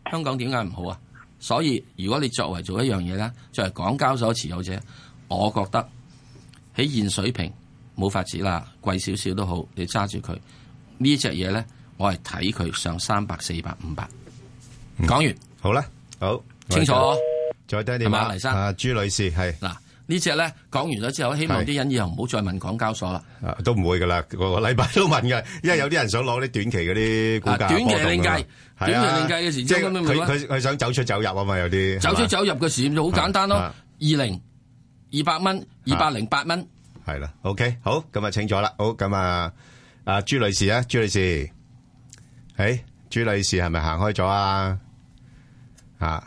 [SPEAKER 2] 香港點解唔好啊？所以如果你作為做一樣嘢咧，作為港交所持有者，我覺得喺現水平冇法子啦，貴少少都好，你揸住佢呢只嘢咧，我係睇佢上三百、四百、五百。講完。
[SPEAKER 3] 嗯好啦，好，我哋
[SPEAKER 2] 清楚
[SPEAKER 3] 再聽電話，
[SPEAKER 2] 係嘛，黎生？
[SPEAKER 3] 啊，朱女士，係，啊，
[SPEAKER 2] 嗱，呢只咧講完咗之後，希望啲人以後唔好再問港交所啦。
[SPEAKER 3] À, 都唔會㗎啦，個個禮拜都問㗎，因為有啲人想攞啲短期嗰啲股價
[SPEAKER 2] 啊，短期
[SPEAKER 3] 波動㗎嘛。
[SPEAKER 2] 另計，
[SPEAKER 3] 係啊，
[SPEAKER 2] 短期另計嘅時，
[SPEAKER 3] 即係
[SPEAKER 2] 咁樣咪
[SPEAKER 3] 佢-
[SPEAKER 2] 話。
[SPEAKER 3] 佢-佢想走出走入啊嘛，有啲，
[SPEAKER 2] 走
[SPEAKER 3] 係嘛？
[SPEAKER 2] 出走入嘅時就好簡單咯，
[SPEAKER 3] 啊
[SPEAKER 2] 二零二百蚊，二百零八蚊。
[SPEAKER 3] 系啦，OK，好，咁啊清楚啦，好，咁啊，阿朱女士啊，朱女士，诶、朱女士系咪行开咗啊？啊，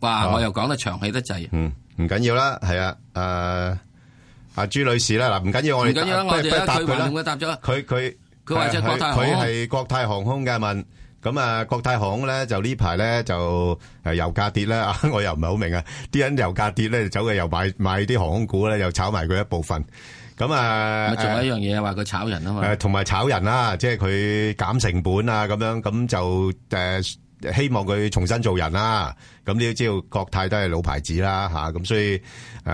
[SPEAKER 2] 哇！
[SPEAKER 3] 啊
[SPEAKER 2] 我又講得長氣得滯，
[SPEAKER 3] 嗯，唔紧要啦，系啊，诶、阿朱女士啦，嗱，唔紧要，
[SPEAKER 2] 唔
[SPEAKER 3] 我哋
[SPEAKER 2] 緊要啦，
[SPEAKER 3] 不
[SPEAKER 2] 我
[SPEAKER 3] 如
[SPEAKER 2] 哋
[SPEAKER 3] 不如
[SPEAKER 2] 咧
[SPEAKER 3] 答
[SPEAKER 2] 佢
[SPEAKER 3] 佢
[SPEAKER 2] 還同
[SPEAKER 3] 啦，
[SPEAKER 2] 佢答咗啦。
[SPEAKER 3] 佢佢
[SPEAKER 2] 佢話即係國泰航空
[SPEAKER 3] 佢系国泰航空嘅问，咁啊，國泰航空咧就呢排咧就誒油價跌啦，我又唔係好 明啊，啲人油價跌咧，走嘅又買買啲航空股咧，又炒埋佢一部分。咁啊，
[SPEAKER 2] 咪仲有一樣嘢話佢炒人啊嘛。
[SPEAKER 3] 誒同埋炒人啦，即係佢減成本啊，咁樣咁就誒、希望佢重新做人啦。咁你都知道國泰都係老牌子啦嚇，咁、所以誒、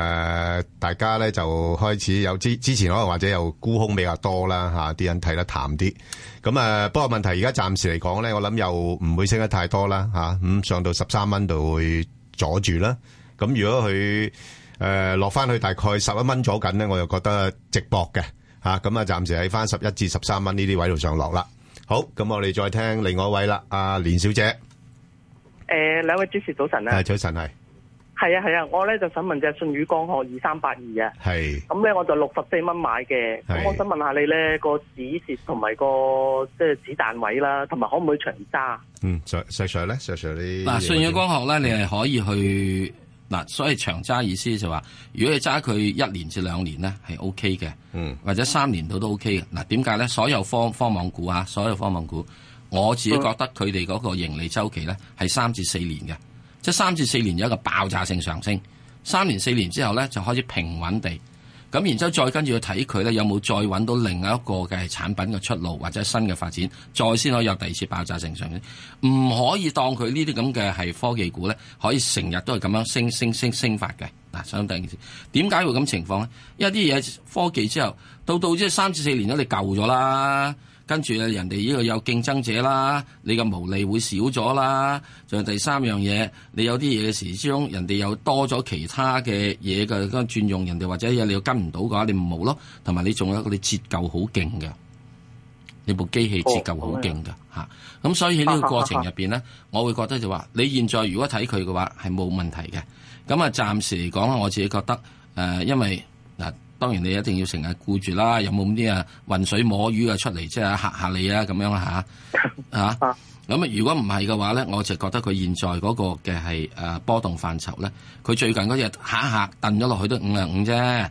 [SPEAKER 3] 大家咧就開始有之之前可能或者有沽空比較多啦嚇，啲、人睇得淡啲。咁啊，不過問題而家暫時嚟講咧，我諗又唔會升得太多啦嚇，咁、上到十三蚊度會阻住啦。咁如果佢誒落翻去大概十一蚊左緊咧，我又覺得直搏嘅嚇，咁啊暫時喺翻十一至十三蚊呢啲位度上落啦。好，咁我哋再聽另外一位啦，阿、連小姐，
[SPEAKER 7] 诶，两位主持早晨啊
[SPEAKER 3] 係，早晨係
[SPEAKER 7] 係啊係啊，我咧就想問只信宇光學二三八二啊，
[SPEAKER 3] 係
[SPEAKER 7] 咁咧我就六十四蚊買嘅，
[SPEAKER 3] 係
[SPEAKER 7] 咁我想問下你咧個止蝕同埋個即係子彈位啦，同埋可唔可以長揸？
[SPEAKER 3] 嗯，石石 Sir 咧，石 Sir 你
[SPEAKER 2] 嗱，信宇光學咧，你係可以去嗱，所以長揸意思就話，如果你揸佢一年至兩年咧，係 O K 嘅，
[SPEAKER 3] 嗯
[SPEAKER 2] 或者三年到都 O K 嘅。嗱，點解咧？所有科科網股啊，所有科網股，我自己覺得佢哋嗰個盈利周期咧係三至四年嘅，即係三至四年有一個爆炸性上升，三年四年之後咧就開始平穩地。咁然之後再跟住去睇佢咧有冇再揾到另外一個嘅產品嘅出路或者新嘅發展，再先可以有第二次爆炸性上升。唔可以當佢呢啲咁嘅係科技股咧，可以成日都係咁樣升升升升法嘅。嗱，想第二件事，點解會咁情況咧？因為啲嘢科技之後，到到即係三至四年咗，你舊咗啦。跟住咧，人哋呢個有競爭者啦，你嘅毛利會少咗啦。仲有第三樣嘢，你有啲嘢嘅時之中，人哋有多咗其他嘅嘢嘅咁轉用，人哋或者有你又跟唔到嘅話，你唔好咯。同埋你仲有一個你折舊好勁嘅，你部機器折舊好勁嘅嚇。咁、所以喺呢個過程入邊咧，我會覺得就話，你現在如果睇佢嘅話係冇問題嘅。咁啊，暫時嚟講我自己覺得誒、呃因為嗱、當然你一定要成日顧住啦，有冇咁啲啊混水摸魚啊出嚟，即係嚇下你啊咁樣啦 嚇嚇。咁啊，如果唔係嘅話咧，我就覺得佢現在嗰個嘅係誒波動範疇咧，佢最近嗰日下一下燉咗落去都五啊五啫，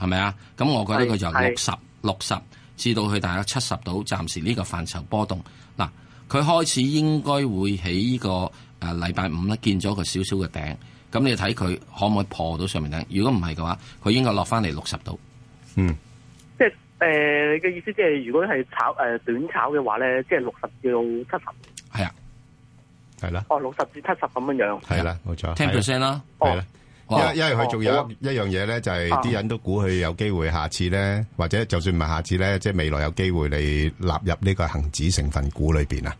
[SPEAKER 2] 係咪啊？咁我覺得佢就
[SPEAKER 7] 係
[SPEAKER 2] 六十六十至到去大約七十度，暫時呢個範疇波動。嗱，佢開始應該會喺呢、個誒禮拜五咧見咗個少少嘅頂，咁你睇佢可唔可以破到上面頂？如果唔係嘅話，佢應該落翻嚟六十度。
[SPEAKER 7] 即係诶，你嘅意思即係如果係炒诶短炒嘅話咧，即係六十至到七十，
[SPEAKER 2] 係啊
[SPEAKER 3] 係啦，
[SPEAKER 7] 哦六十至七十咁樣樣。
[SPEAKER 3] 係啦，冇錯，
[SPEAKER 2] 啊，ten percent 啦。
[SPEAKER 3] 係啦。因
[SPEAKER 2] 哇
[SPEAKER 3] 因為佢仲有
[SPEAKER 7] 哦好啊
[SPEAKER 3] 一一樣嘢咧，就係
[SPEAKER 7] 啊
[SPEAKER 3] 啲人都估佢有機會下次咧，或者就算唔係下次咧，即係未來有機會你納入呢個恒指成分股裏邊啊，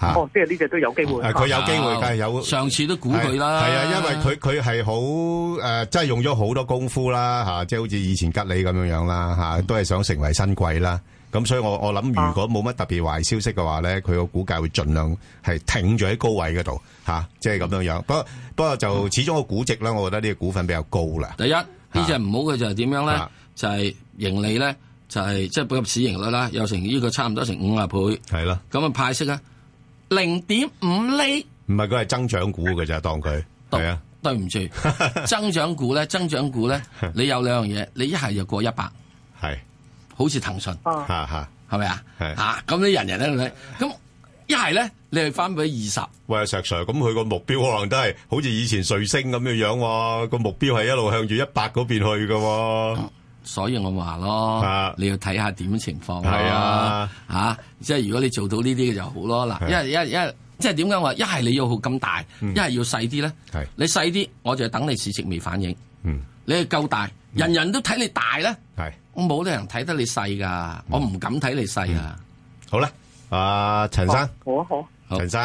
[SPEAKER 3] 嚇。
[SPEAKER 7] 哦，即係呢只都有機會。
[SPEAKER 3] 啊佢有機會㗎有
[SPEAKER 2] 上次都估佢啦。
[SPEAKER 3] 係係啊，因為佢佢係好誒，真係用咗好多功夫啦嚇、即係好似以前吉利咁樣樣啦嚇、都係想成為新貴啦。咁所以我我諗，如果冇乜特別壞消息嘅話咧，佢個股價會盡量係挺住喺高位嗰度嚇，即係咁樣樣。不過不過就始終個估值啦，我覺得呢個股份比較高啦。
[SPEAKER 2] 第一呢只唔好嘅就係點樣咧
[SPEAKER 3] 啊？
[SPEAKER 2] 就係盈利咧，就係即係配合市盈率啦，有成呢個差唔多成五啊倍，
[SPEAKER 3] 係咯，
[SPEAKER 2] 咁啊派息啊零點五厘。
[SPEAKER 3] 唔係佢係增長股嘅咋，當佢係啊，
[SPEAKER 2] 對 唔住，增長股咧，增長股咧，你有兩樣嘢，你一係就過一百，
[SPEAKER 3] 係
[SPEAKER 2] 好似騰訊，
[SPEAKER 7] 啊，
[SPEAKER 3] 嚇嚇。
[SPEAKER 2] 係咪啊？
[SPEAKER 3] 係
[SPEAKER 2] 嚇，咁你人人咧，咁一係咧，你係翻俾二十，
[SPEAKER 3] 喂，石 Sir，咁佢個目標可能都係好似以前瑞星咁樣樣喎，個目標係一路向住一百嗰邊去嘅喎。
[SPEAKER 2] 所以我話咯
[SPEAKER 3] 啊，
[SPEAKER 2] 你要睇下點情況咯
[SPEAKER 3] 係啊，
[SPEAKER 2] 嚇，即係如果你做到呢啲嘅就好咯。嗱，因為因為因為即係點解話一係你要好咁大，
[SPEAKER 3] 嗯
[SPEAKER 2] 一係要細啲咧？
[SPEAKER 3] 係
[SPEAKER 2] 你細啲，我就等你市值未反應。
[SPEAKER 3] 嗯，
[SPEAKER 2] 你係夠大，人人都睇你大咧，
[SPEAKER 3] 係
[SPEAKER 2] 我冇理由睇得你細㗎，
[SPEAKER 3] 嗯
[SPEAKER 2] 我唔敢睇你細啊。
[SPEAKER 3] 好啦，阿陳生，
[SPEAKER 7] 好啊好啊。
[SPEAKER 2] 好
[SPEAKER 3] 陳生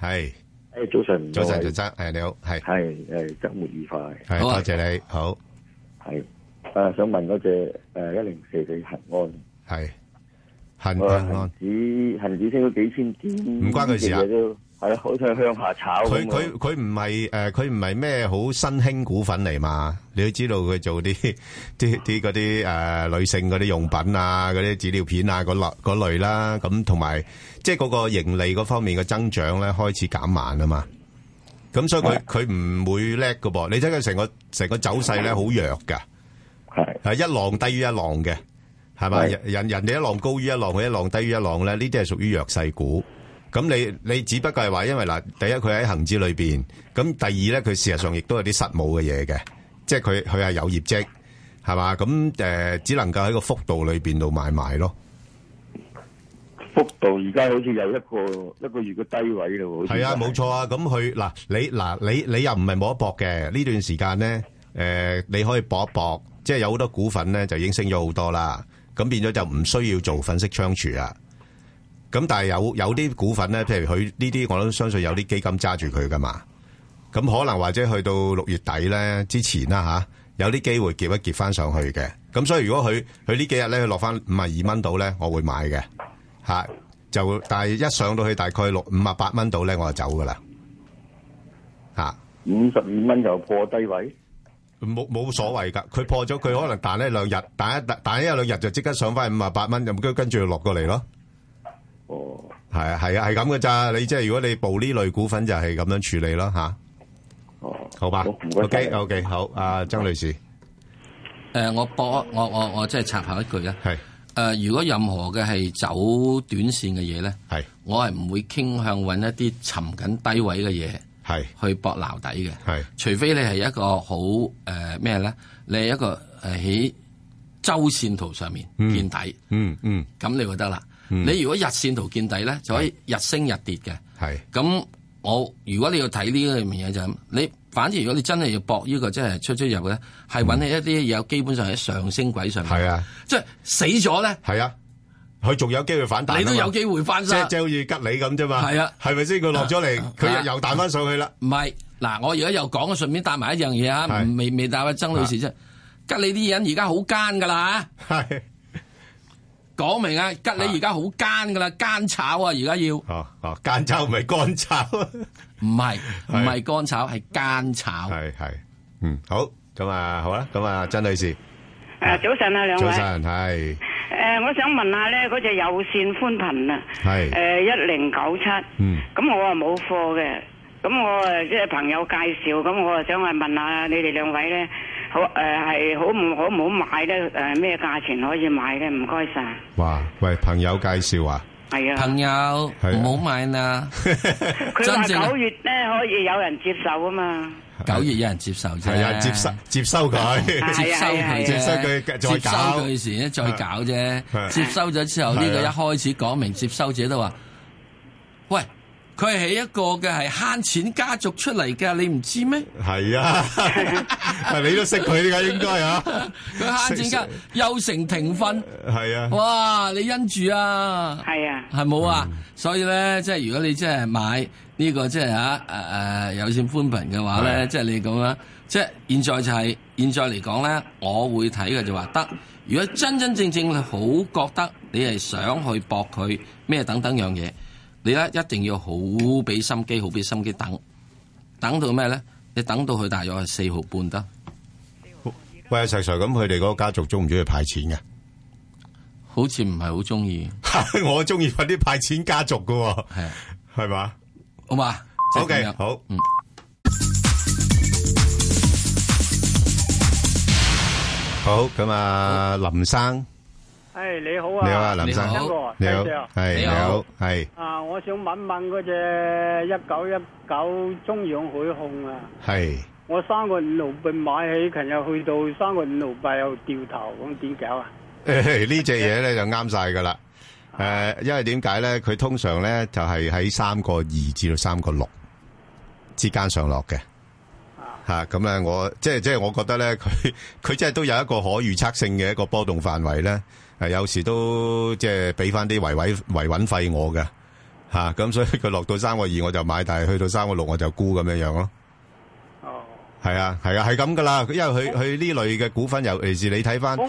[SPEAKER 3] 係
[SPEAKER 8] 诶，啊早晨，
[SPEAKER 3] 早晨，陳生係你好，係
[SPEAKER 8] 系诶，周末愉快，
[SPEAKER 3] 係
[SPEAKER 2] 好
[SPEAKER 3] 多
[SPEAKER 2] 啊
[SPEAKER 3] 謝你，好
[SPEAKER 8] 系诶，想問嗰只诶一零四四恒安，
[SPEAKER 3] 係恒
[SPEAKER 8] 我
[SPEAKER 3] 恒安
[SPEAKER 8] 恒，指恒指升咗幾千點，
[SPEAKER 3] 唔關佢事啊
[SPEAKER 8] 呢隻嘢都係啊，好似向下炒
[SPEAKER 3] 佢
[SPEAKER 8] 咁啊
[SPEAKER 3] 佢佢唔係誒，佢唔係咩好新興股份嚟嘛？你都知道佢做啲 啲啲嗰啲誒女性嗰啲用品啊，嗰啲紙尿片啊嗰類嗰類啦，咁同埋即係嗰個盈利嗰方面嘅增長咧開始減慢啊嘛。咁所以佢佢唔會叻噶噃，你睇佢成個成個走勢咧好弱㗎。
[SPEAKER 8] 係
[SPEAKER 3] 係啊一浪低於一浪嘅，係嘛？
[SPEAKER 8] 係
[SPEAKER 3] 人人人哋一浪高於一浪，佢一浪低於一浪咧，呢啲係屬於弱勢股咁你你只不過係話，因為嗱，第一佢喺恒指裏邊，咁第二咧佢事實上亦都有啲實務嘅嘢嘅，即係佢佢係有業績係嘛，咁誒、呃只能夠喺個幅度裏邊度買賣咯。
[SPEAKER 8] 幅度而家好似有一個一個月嘅低位咯，好似
[SPEAKER 3] 係啊，冇錯啊。咁佢嗱，你嗱你你又唔係冇得搏嘅呢段時間咧，誒、你可以搏一搏，即係有好多股份咧就已經升咗好多啦。咁變咗就唔需要做粉飾倉儲啊。咁但係有有啲股份咧，譬如佢呢啲，我都相信有啲基金揸住佢噶嘛。咁可能或者去到六月底咧之前啦吓、有啲機會結一結翻上去嘅。咁所以如果佢佢呢幾日咧落翻五啊二蚊度咧，我會買嘅吓、就但係一上到去大概六五啊八蚊度咧，我就走噶啦吓，
[SPEAKER 8] 五十二蚊又破低位，
[SPEAKER 3] 冇冇所謂㗎。佢破咗佢可能彈一兩日，彈一彈一兩日就即刻上翻五啊八蚊，咁跟跟住就落過嚟咯。
[SPEAKER 8] 哦，
[SPEAKER 3] 係啊係啊係咁嘅咋，你即係如果你報呢類股份就係咁樣處理咯吓、
[SPEAKER 8] 哦，
[SPEAKER 3] 好吧
[SPEAKER 8] 好唔該晒
[SPEAKER 3] ？OK OK，好，啊曾女士
[SPEAKER 2] 诶、
[SPEAKER 3] 嗯
[SPEAKER 2] 我博我我我即係插下一句啦。
[SPEAKER 3] 係
[SPEAKER 2] 诶、如果任何嘅係走短線嘅嘢咧，
[SPEAKER 3] 係
[SPEAKER 2] 我係唔會傾向揾一啲沉緊低位嘅嘢
[SPEAKER 3] 係
[SPEAKER 2] 去搏撈底嘅。
[SPEAKER 3] 係
[SPEAKER 2] 除非你係一個好誒咩咧，你係一個誒喺周線圖上面
[SPEAKER 3] 嗯
[SPEAKER 2] 見底，
[SPEAKER 3] 嗯嗯
[SPEAKER 2] 咁、你就得啦。
[SPEAKER 3] 嗯
[SPEAKER 2] 你如果日線圖見底咧，就可以日升日跌嘅。
[SPEAKER 3] 係
[SPEAKER 2] 咁我如果你要睇呢樣嘢就係咁，你反而如果你真係要搏呢、個即係出出入咧，係揾起一啲有基本上喺上升軌上面，
[SPEAKER 3] 係啊
[SPEAKER 2] 即係死咗咧，
[SPEAKER 3] 係啊，佢仲有機會反彈啊嘛，
[SPEAKER 2] 你都有機會翻
[SPEAKER 3] 即
[SPEAKER 2] 身。
[SPEAKER 3] 即好似吉你咁啫嘛，
[SPEAKER 2] 係啊
[SPEAKER 3] 係咪先？佢落咗嚟，佢
[SPEAKER 2] 啊
[SPEAKER 3] 又又彈翻上去啦。
[SPEAKER 2] 唔係嗱，我而家又講，順便帶埋一樣嘢啊，
[SPEAKER 3] 係
[SPEAKER 2] 未未帶阿曾女士啫。吉你啲人而家好奸㗎啦嚇
[SPEAKER 3] 係
[SPEAKER 2] 講明啊，吉你而家好奸噶啦，奸炒啊，而家要唔
[SPEAKER 3] 哦哦，間炒唔係乾炒，
[SPEAKER 2] 係唔
[SPEAKER 3] 係
[SPEAKER 2] 係乾炒，係奸炒。
[SPEAKER 3] 係係嗯好咁啊好啦，咁啊曾女士
[SPEAKER 9] 诶，早晨啊，兩
[SPEAKER 3] 早
[SPEAKER 9] 位。
[SPEAKER 3] 晨係
[SPEAKER 9] 诶、我想問下咧，嗰只有線寬頻啊，
[SPEAKER 3] 係
[SPEAKER 9] 诶一零九七，
[SPEAKER 3] 嗯
[SPEAKER 9] 咁我啊冇貨嘅，咁我诶即係朋友介紹，咁我啊想係問下你哋兩位咧，好诶係、好唔好唔好買咧？诶、咩價錢可以買咧？唔該晒，
[SPEAKER 3] 哇喂朋友介紹 啊，
[SPEAKER 9] 係啊，
[SPEAKER 2] 朋友
[SPEAKER 3] 係啊
[SPEAKER 2] 唔好買啦，
[SPEAKER 9] 佢話
[SPEAKER 2] 真正啊
[SPEAKER 9] 九月咧可以有人接受啊嘛，
[SPEAKER 2] 九月有人接受啫，
[SPEAKER 3] 係啊接收接收佢
[SPEAKER 9] 係
[SPEAKER 2] 接收佢啫，
[SPEAKER 9] 接
[SPEAKER 3] 收佢再搞
[SPEAKER 2] 接收佢時咧再搞
[SPEAKER 3] 係
[SPEAKER 2] 啫。接收咗之後，呢個
[SPEAKER 3] 係
[SPEAKER 2] 一
[SPEAKER 3] 啊
[SPEAKER 2] 開始講明接收者都話：，喂，佢係一個嘅係慳錢家族出嚟嘅，你唔知咩？
[SPEAKER 3] 係啊，你都識佢㗎應該啊，
[SPEAKER 2] 佢慳錢家
[SPEAKER 3] 識
[SPEAKER 2] 優成停分，
[SPEAKER 3] 係啊
[SPEAKER 2] 哇！你因住啊！
[SPEAKER 9] 係啊，
[SPEAKER 2] 係冇啊，
[SPEAKER 3] 嗯
[SPEAKER 2] 所以咧，即係如果你即係買呢、個即係嚇誒誒有線寬頻嘅話
[SPEAKER 3] 係
[SPEAKER 2] 咧，即係你咁樣，即係現在就係、現在嚟講咧，我會睇嘅就話得。如果真真正正你好覺得你係想去搏佢咩等等樣嘢，你咧一定要好俾心機，好俾心機等，等到咩咧？你等到佢大約係四毫半得，
[SPEAKER 3] 喂石 Sir 咁佢哋嗰個家族中唔中意派錢㗎？
[SPEAKER 2] 好似唔係好中意，
[SPEAKER 3] 我中意揾啲派錢家族㗎喎，
[SPEAKER 2] 係啊
[SPEAKER 3] 係嘛
[SPEAKER 2] 好嘛即係咁
[SPEAKER 3] ？OK
[SPEAKER 2] 樣
[SPEAKER 3] 好
[SPEAKER 2] 嗯。
[SPEAKER 3] 好咁啊林生。
[SPEAKER 7] 係你好
[SPEAKER 3] 你好啊，林生，
[SPEAKER 2] 你好
[SPEAKER 3] 你好，係你
[SPEAKER 2] 你
[SPEAKER 3] 好
[SPEAKER 2] 好，
[SPEAKER 3] 係
[SPEAKER 7] 啊，我想問問嗰只一九一九中央海控啊，
[SPEAKER 3] 係
[SPEAKER 7] 我三個五路幣買起，琴日去到三個五路幣又掉頭，咁點搞啊？
[SPEAKER 3] 誒 呢只嘢咧就啱晒噶啦。誒，因為點解咧？佢通常咧就係喺三個二至到三個六之間上落嘅。吓咁咧，我即係即係，我覺得咧，佢 佢即係都有一個可預測性嘅一個波動範圍咧。誒，有時都即係俾翻啲維維維穩費我嘅吓，咁、所以佢落到三個二我就買，但係去到三個六我就沽咁樣樣咯。
[SPEAKER 7] 哦，
[SPEAKER 3] 系啊，系啊，系咁噶啦，因为佢佢呢类嘅股份，尤其是你睇翻
[SPEAKER 7] 幫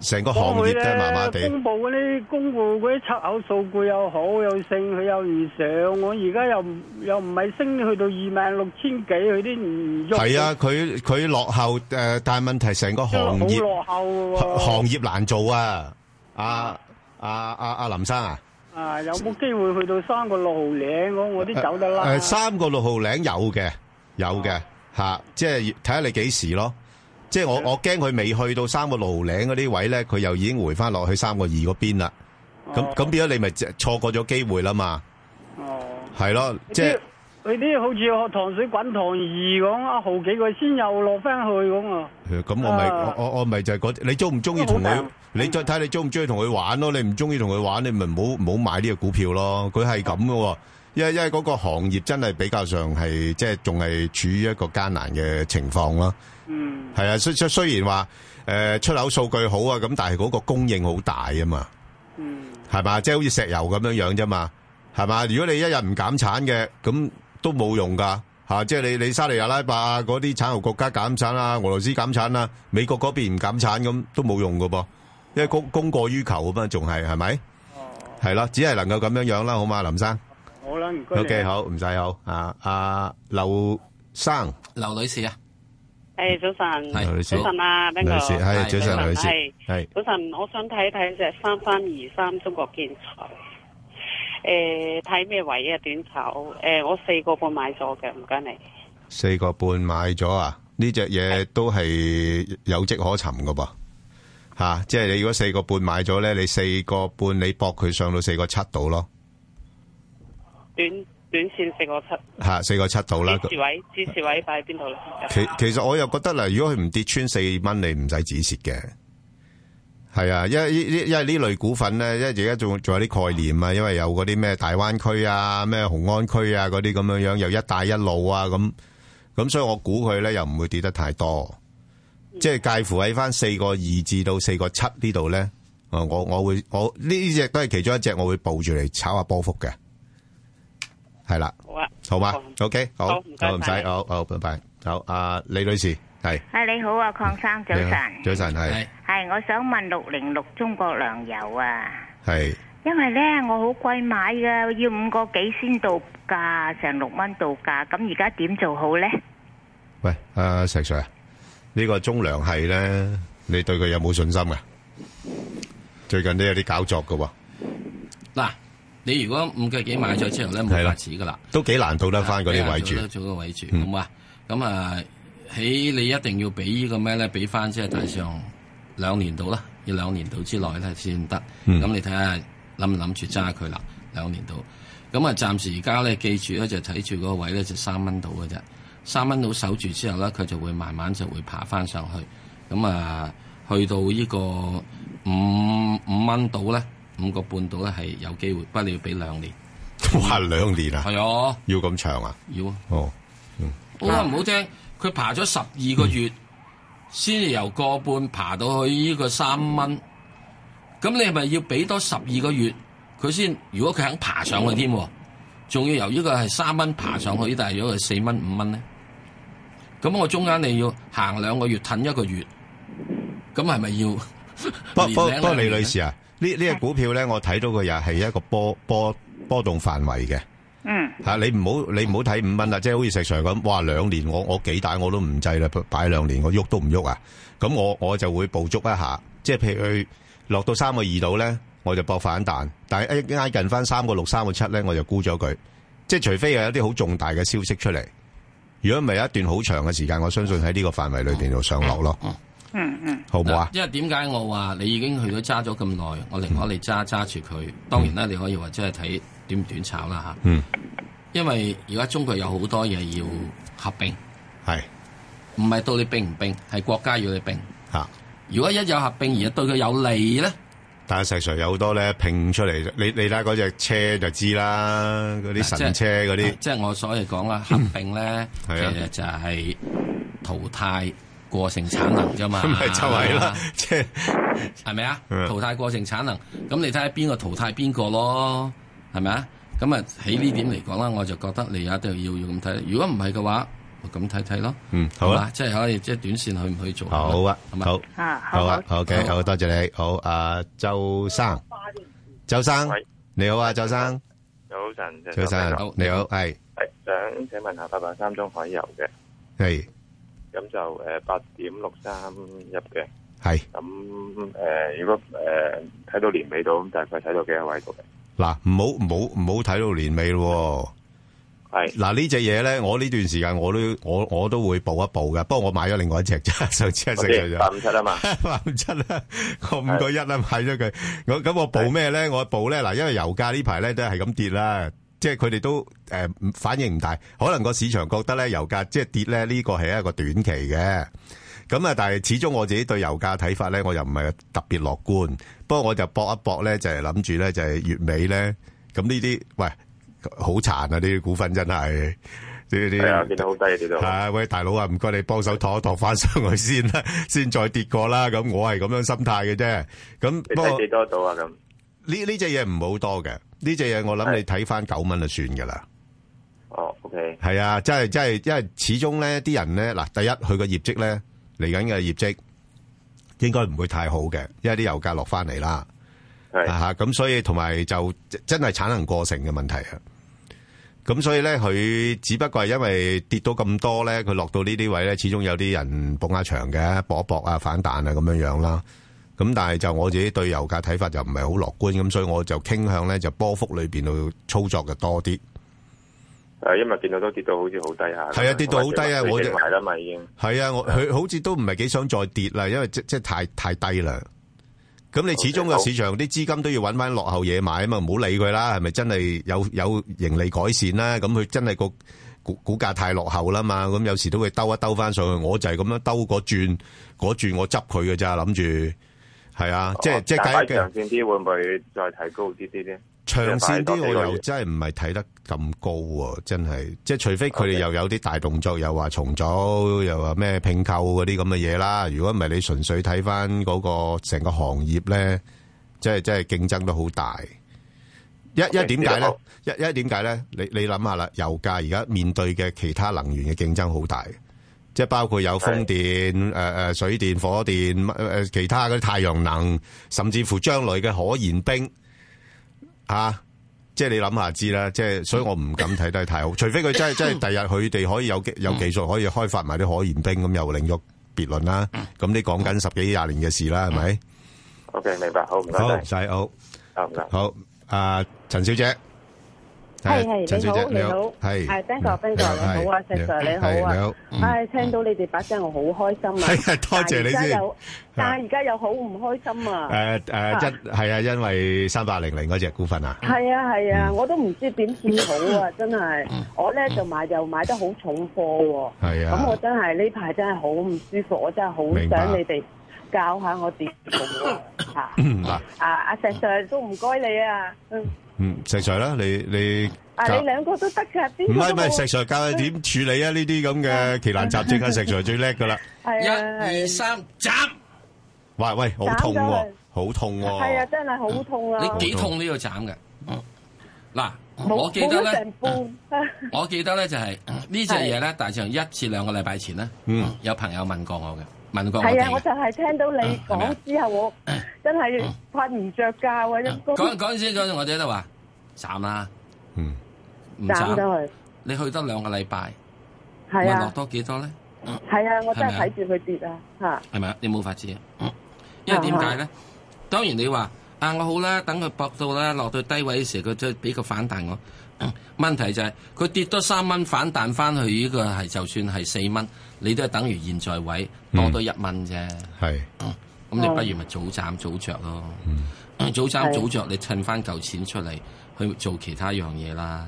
[SPEAKER 3] 成个行业都係麻麻地，
[SPEAKER 7] 公布嗰啲公布嗰啲出口數據又好，又升，佢又唔上，我而家又唔又唔係升去到二萬六千幾，佢啲唔喐，
[SPEAKER 3] 系啊，佢佢落后诶、呃但系问题成个
[SPEAKER 7] 真係
[SPEAKER 3] 行业
[SPEAKER 7] 好落後嘅喎。
[SPEAKER 3] 行业难做啊，阿阿阿阿林生啊，
[SPEAKER 7] 啊，有冇機會去到三個六號領？我我啲走得啦。
[SPEAKER 3] 诶三个六号领有嘅有嘅吓、嚇即系睇下你几时咯。即系我我惊佢未去到三个六號領嗰啲位咧，佢又已經回翻落去三個二嗰邊啦。咁咁變咗你咪即係錯過咗機會啦嘛。
[SPEAKER 7] 哦
[SPEAKER 3] 係咯，即係
[SPEAKER 7] 佢啲好似學糖水滾糖兒咁，一毫幾個先又落翻去咁啊！
[SPEAKER 3] 咁我咪
[SPEAKER 7] 啊
[SPEAKER 3] 我我我咪就係嗰啲，你中唔中意同佢？你再睇你中唔中意同佢玩咯？你唔中意同佢玩，你咪唔好唔好買呢個股票咯。佢係咁嘅喎，因為因為嗰個行業真係比較上係即係仲係處於一個艱難嘅情況咯。
[SPEAKER 7] 嗯，
[SPEAKER 3] 係啊，雖雖雖然話誒出口數據好啊，咁但係嗰個供應好大啊嘛。
[SPEAKER 7] 嗯，
[SPEAKER 3] 係嘛？即係好似石油咁樣樣啫嘛，係嘛？如果你一日唔減產嘅，咁都冇用噶吓、即係你你沙地阿拉伯啊嗰啲產油國家減產啊，俄羅斯減產啊，美國嗰邊唔減產咁都冇用噶噃，因為供供過於求咁啊，仲係係咪？係啦，只係能夠咁樣樣啦，好嘛，林生。
[SPEAKER 7] 好啦，唔該你
[SPEAKER 3] O K，好，唔使好啊，阿劉生，
[SPEAKER 2] 劉女士啊，
[SPEAKER 10] 诶，早晨，
[SPEAKER 3] 係女士
[SPEAKER 10] 早晨啊，Ben 哥，
[SPEAKER 3] 女士
[SPEAKER 10] 係
[SPEAKER 3] 係早晨女士
[SPEAKER 10] 係
[SPEAKER 3] 係
[SPEAKER 10] 早晨，我想睇睇只三三二三中國建材，诶，睇咩位啊？短炒，诶，我四個半買咗嘅，唔該你。
[SPEAKER 3] 四個半買咗啊？呢只嘢都係有跡可尋噶噃，吓、即係你如果四個半買咗咧，你四個半你搏佢上到四個七度咯，
[SPEAKER 10] 短短線四個七，
[SPEAKER 3] 吓四個七度啦。
[SPEAKER 10] 支持位，支持位擺喺邊度咧？
[SPEAKER 3] 其其實我又覺得嗱，如果佢唔跌穿四蚊，你唔使止蝕嘅。係啊，因為呢呢因為呢類股份咧，因為而家仲仲有啲概念啊，因為有嗰啲咩大灣區啊、咩紅安區啊嗰啲咁樣樣，又一帶一路啊咁，咁所以我估佢咧又唔會跌得太多，即係介乎喺翻四個二至到四個七呢度咧，啊我我會我呢只都係其中一隻我會抱住嚟炒下波幅嘅，係啦，
[SPEAKER 10] 好啊，
[SPEAKER 3] 好嘛，OK，好，
[SPEAKER 10] 好唔該
[SPEAKER 3] 好唔使
[SPEAKER 10] 晒，你
[SPEAKER 3] 好好，拜拜，好，阿李女士係。
[SPEAKER 11] 啊，你好啊，邝生，早晨。
[SPEAKER 3] 早晨係
[SPEAKER 11] 系，我想問六零六中國粮油啊，
[SPEAKER 3] 係
[SPEAKER 11] 因為咧我好貴買噶，要五個幾先到價，成六蚊到價，咁而家點做好咧？
[SPEAKER 3] 喂，阿石 Sir，呢個中糧系咧，你對佢有冇信心嘅？最近都有啲搞作嘅喎，
[SPEAKER 2] 嗱，你如果五個幾買咗之後咧，冇法子噶啦。
[SPEAKER 3] 都幾難到得翻嗰啲位
[SPEAKER 2] 做得
[SPEAKER 3] 住。
[SPEAKER 2] 做個位住，
[SPEAKER 3] 嗯
[SPEAKER 2] 好嘛？咁啊，喺你一定要俾呢個咩咧？俾翻即係大上兩年度啦，要兩年度之內咧先得。咁、
[SPEAKER 12] 嗯
[SPEAKER 2] 你睇下諗唔諗住揸佢啦？兩年度。咁啊，暫時而家咧，記住咧就睇住嗰個位咧就三蚊度嘅啫。三蚊度守住之後咧，佢就會慢慢就會爬翻上去。咁啊，去到呢個五五蚊度咧，五個半度咧係有機會，不過你要俾兩年。
[SPEAKER 3] 哇，兩年啊，
[SPEAKER 2] 係啊，
[SPEAKER 3] 要咁長啊，
[SPEAKER 2] 要啊。
[SPEAKER 3] 哦，
[SPEAKER 2] 好話唔好聽，佢爬咗十二個月，先至由個半爬到去呢個三蚊。咁你係咪要俾多十二個月佢先？如果佢肯爬上去添喎，仲要由呢個係三蚊爬上去，但係如果係四蚊五蚊咧，咁我中間你要行兩個月，褪一個月，咁係咪要？
[SPEAKER 3] 不
[SPEAKER 2] 年
[SPEAKER 3] 不
[SPEAKER 2] 零
[SPEAKER 3] 不過，
[SPEAKER 2] 兩
[SPEAKER 3] 李
[SPEAKER 2] 年
[SPEAKER 3] 女士啊，呢呢只股票咧，我睇到佢又係一個波波波動範圍嘅。
[SPEAKER 11] 嗯，
[SPEAKER 3] 吓、你唔好你唔好睇五蚊啦，即係好似石 Sir 咁，哇兩年我我幾大我都唔制啦，擺兩年我喐都唔喐啊，咁我我就會捕捉一下，即係譬如佢落到三個二度咧，我就搏反彈，但係一挨近翻三個六、三個七咧，我就沽咗佢，即係除非有一啲好重大嘅消息出嚟，如果唔係有一段好長嘅時間，我相信喺呢個範圍裏邊度上落咯，
[SPEAKER 11] 嗯嗯，
[SPEAKER 3] 好唔好啊？
[SPEAKER 2] 因為點解我話你已經去咗揸咗咁耐，我寧可你揸揸住佢。當然啦，你可以話即係睇短唔短炒啦吓。
[SPEAKER 3] 嗯。
[SPEAKER 2] 因為而家中國有好多嘢要合併，
[SPEAKER 3] 係
[SPEAKER 2] 唔係到你並唔並，係國家要你並。
[SPEAKER 3] 嚇！
[SPEAKER 2] 如果一有合併而對佢有利咧，
[SPEAKER 3] 但係石 Sir 有好多咧拼出嚟，你你睇嗰只車就知啦，嗰啲神車嗰
[SPEAKER 2] 即
[SPEAKER 3] 啲
[SPEAKER 2] 係。啊即係我所謂講啦，合併咧其
[SPEAKER 3] 嗯係啊
[SPEAKER 2] 實就係淘汰過剩產能啫嘛。
[SPEAKER 3] 咪就係啦，即係
[SPEAKER 2] 係咪啊？
[SPEAKER 3] 嗯
[SPEAKER 2] 淘汰過剩產能，咁你睇下邊個淘汰邊個咯，係咪啊？咁啊喺呢點嚟講啦，我就覺得你一定要要咁睇。如果唔係嘅話，咪咁睇睇咯。
[SPEAKER 3] 嗯好啊
[SPEAKER 2] 係嘛即係可以即係短線去唔去做？
[SPEAKER 3] 好啊，
[SPEAKER 2] 係嘛
[SPEAKER 3] 好，好啊，OK，好，多謝你，好，啊，周生，周生，你好啊，周生，
[SPEAKER 13] 早晨，
[SPEAKER 3] 周生，你好，係，
[SPEAKER 13] 係想請問下八八三中海油嘅，
[SPEAKER 3] 係，
[SPEAKER 13] 咁就誒八點六三入嘅，
[SPEAKER 3] 係，
[SPEAKER 13] 咁誒、呃如果誒睇、到年尾到，咁大概睇到幾多位度嘅？
[SPEAKER 3] 嗱，唔好唔好唔好睇到年尾咯
[SPEAKER 13] 喎，
[SPEAKER 3] 係，嗱呢只嘢咧，我呢段時間我都我我都會報一報嘅，不過我買咗另外一隻啫， 上次係食咗
[SPEAKER 13] 我知八五七 啊嘛，
[SPEAKER 3] 八五七 啦，啊我五啊個一啦買咗佢，我咁我報咩咧？我報咧嗱，因為油價呢排咧都係咁跌啦，即係佢哋都诶、唔反應唔大，可能個市場覺得咧油價即係跌咧呢個係一個短期嘅。咁啊，但係始終我自己對油價睇法咧，我又唔係特別樂觀。不過我就搏一搏咧，就係諗住咧就係月尾咧，咁呢啲喂好殘啊！呢啲股份真係呢啲
[SPEAKER 13] 係啊，跌得好低啊，跌到。
[SPEAKER 3] 啊，喂，大佬啊，唔該你幫手托一托翻上去先啦， 先再跌過啦。咁我係咁樣心態嘅啫。咁
[SPEAKER 13] 你
[SPEAKER 3] 不過
[SPEAKER 13] 睇幾多度啊？咁
[SPEAKER 3] 呢呢只嘢唔好多嘅，呢只嘢我諗你睇翻九蚊就算噶啦。
[SPEAKER 13] 哦，OK，
[SPEAKER 3] 系啊，真係真係，因為始終咧啲人咧嗱，第一佢個業績咧嚟緊嘅業績應該唔會太好嘅，因為啲油價落翻嚟啦。
[SPEAKER 13] 系
[SPEAKER 3] 吓，啊咁、所以同埋就真係產能過剩嘅問題啊。咁所以咧，佢只不過係因為跌到咁多咧，佢落到呢啲位咧，始終有啲人搏下場嘅，搏一搏啊，反彈啊咁樣樣啦。咁但係就我自己對油價睇法就唔係好樂觀，咁所以我就傾向咧就波幅裏邊度操作嘅多啲。
[SPEAKER 13] 誒，因為呃見到都跌到好似好低下。
[SPEAKER 3] 係啊跌到好低啊我就
[SPEAKER 13] 哋埋啦嘛已經。
[SPEAKER 3] 系啊，我佢好似都唔係幾想再跌啦，因為即即係太太低啦。咁你始終個市場啲資金都要揾翻落後嘢買啊嘛，唔好理佢啦，係咪真係有有盈利改善啦？咁佢真係個股股價太落後啦嘛，咁有時都會兜一兜翻上去。我就係咁樣兜嗰轉，嗰轉我執佢嘅咋，諗住係啊，即
[SPEAKER 6] 哦
[SPEAKER 3] 係即係
[SPEAKER 13] 但擺
[SPEAKER 3] 計
[SPEAKER 13] 長線啲會唔會再睇高啲啲咧？
[SPEAKER 3] 長線啲我又
[SPEAKER 13] 即
[SPEAKER 3] 真係唔係睇得咁高喎，真係，即係除非佢哋又有啲大動作，又話重組，又話咩拼購嗰啲咁嘅嘢啦。如果唔係你純粹睇翻嗰個成個行業咧，即係即係競爭都好大。一一點解咧？一一點解咧？你你諗下啦，油價而家面對嘅其他能源嘅競爭好大，即係包括有風電、誒誒、呃水電、火電、誒、呃、其他嗰啲太陽能，甚至乎將來嘅可燃冰。啊，即係你諗下知啦，即係所以我唔敢睇得太 好，除非佢真係真係第日佢哋可以有技有技術可以開發埋啲可燃冰咁，又另作別論啦。咁你講緊十幾廿年嘅事啦，係咪？
[SPEAKER 13] OK，明白，好唔該
[SPEAKER 3] 嗯好，
[SPEAKER 13] 晒
[SPEAKER 3] 唔使好，
[SPEAKER 13] 好唔該。
[SPEAKER 3] 好，啊，陳小姐，
[SPEAKER 12] 係
[SPEAKER 3] 係
[SPEAKER 12] 係，
[SPEAKER 3] 陳
[SPEAKER 12] 你
[SPEAKER 3] 小姐
[SPEAKER 12] 好，你好，
[SPEAKER 3] 係
[SPEAKER 12] 係 Ben 哥，Ben 哥你好啊
[SPEAKER 3] 係
[SPEAKER 12] 石 Sir 你
[SPEAKER 3] 係
[SPEAKER 12] 好
[SPEAKER 3] 你
[SPEAKER 12] 啊
[SPEAKER 3] 好，嗯
[SPEAKER 12] 唉，聽到你哋把聲我好開心啊，
[SPEAKER 3] 係啊多謝你
[SPEAKER 12] 但係而
[SPEAKER 3] 先
[SPEAKER 12] 家又，但係而家又好唔開心啊，
[SPEAKER 3] 誒誒，
[SPEAKER 12] 啊
[SPEAKER 3] 因係啊，因為三八零零嗰只股份啊，
[SPEAKER 12] 係啊係啊，我都唔知點算好 啊，真係，我咧就買又買得好重貨喎，
[SPEAKER 3] 嗯係啊
[SPEAKER 12] 咁我真係呢排真係好唔舒服，我真係好
[SPEAKER 3] 明白
[SPEAKER 12] 想你哋教下我點做 啊嚇，
[SPEAKER 3] 嗱，
[SPEAKER 12] 啊阿石 Sir 都唔該你啊，嗯
[SPEAKER 3] 嗯，石 Sir 啦，你你
[SPEAKER 12] 啊
[SPEAKER 3] 教
[SPEAKER 12] 你兩個都得㗎，
[SPEAKER 3] 唔
[SPEAKER 12] 邊個
[SPEAKER 3] 係
[SPEAKER 12] 都
[SPEAKER 3] 唔
[SPEAKER 12] 冇
[SPEAKER 3] 係，石 Sir 教你點處理啊？呢啲咁嘅奇難雜症啊，石 Sir 最叻噶啦。
[SPEAKER 12] 係啊
[SPEAKER 2] 一二三，斬！
[SPEAKER 3] 喂喂，好痛喎，好痛
[SPEAKER 12] 係啊
[SPEAKER 3] 喎！
[SPEAKER 12] 真係好痛啊，
[SPEAKER 2] 你幾痛都要斬嘅。哦嗱，
[SPEAKER 12] 冇
[SPEAKER 2] 我記得
[SPEAKER 12] 冇咗
[SPEAKER 2] 咧
[SPEAKER 12] 成，半。
[SPEAKER 2] 我記得咧就係嗯呢只嘢咧，大致上一至兩個禮拜前咧，
[SPEAKER 3] 嗯，
[SPEAKER 2] 有朋友問過我嘅，問過我
[SPEAKER 12] 係
[SPEAKER 2] 哋
[SPEAKER 12] 啊，我
[SPEAKER 2] 嘅。
[SPEAKER 12] 就係聽到你
[SPEAKER 2] 係咪啊啊
[SPEAKER 12] 講之後，我真係瞓唔着覺啊！陰公
[SPEAKER 2] 嗯嗰嗰陣時，嗰陣時我哋都話斬啦，
[SPEAKER 3] 嗯，
[SPEAKER 2] 唔
[SPEAKER 12] 斬咗
[SPEAKER 2] 斬，
[SPEAKER 12] 佢，
[SPEAKER 2] 你去得兩個禮拜，
[SPEAKER 12] 係
[SPEAKER 2] 咪落
[SPEAKER 12] 啊，
[SPEAKER 2] 多幾多咧？
[SPEAKER 12] 係啊，我真
[SPEAKER 2] 係
[SPEAKER 12] 係
[SPEAKER 2] 咪啊
[SPEAKER 12] 睇住佢跌啊，嚇，
[SPEAKER 2] 係咪啊？你冇法子啊！
[SPEAKER 12] 嗯
[SPEAKER 2] 因為點
[SPEAKER 12] 啊
[SPEAKER 2] 解咧？當然你話啊，我好啦，等佢搏到啦，落到低位嘅時候，佢再俾個反彈我。嗯問題就係、佢跌多三蚊反彈翻去呢個係就算係四蚊，你都係等於現在位多多一蚊啫。
[SPEAKER 3] 係
[SPEAKER 2] 咁
[SPEAKER 12] 嗯
[SPEAKER 2] 你不如咪早斬早着咯。嗯早斬早着，你趁翻嚿錢出嚟去做其他樣嘢啦。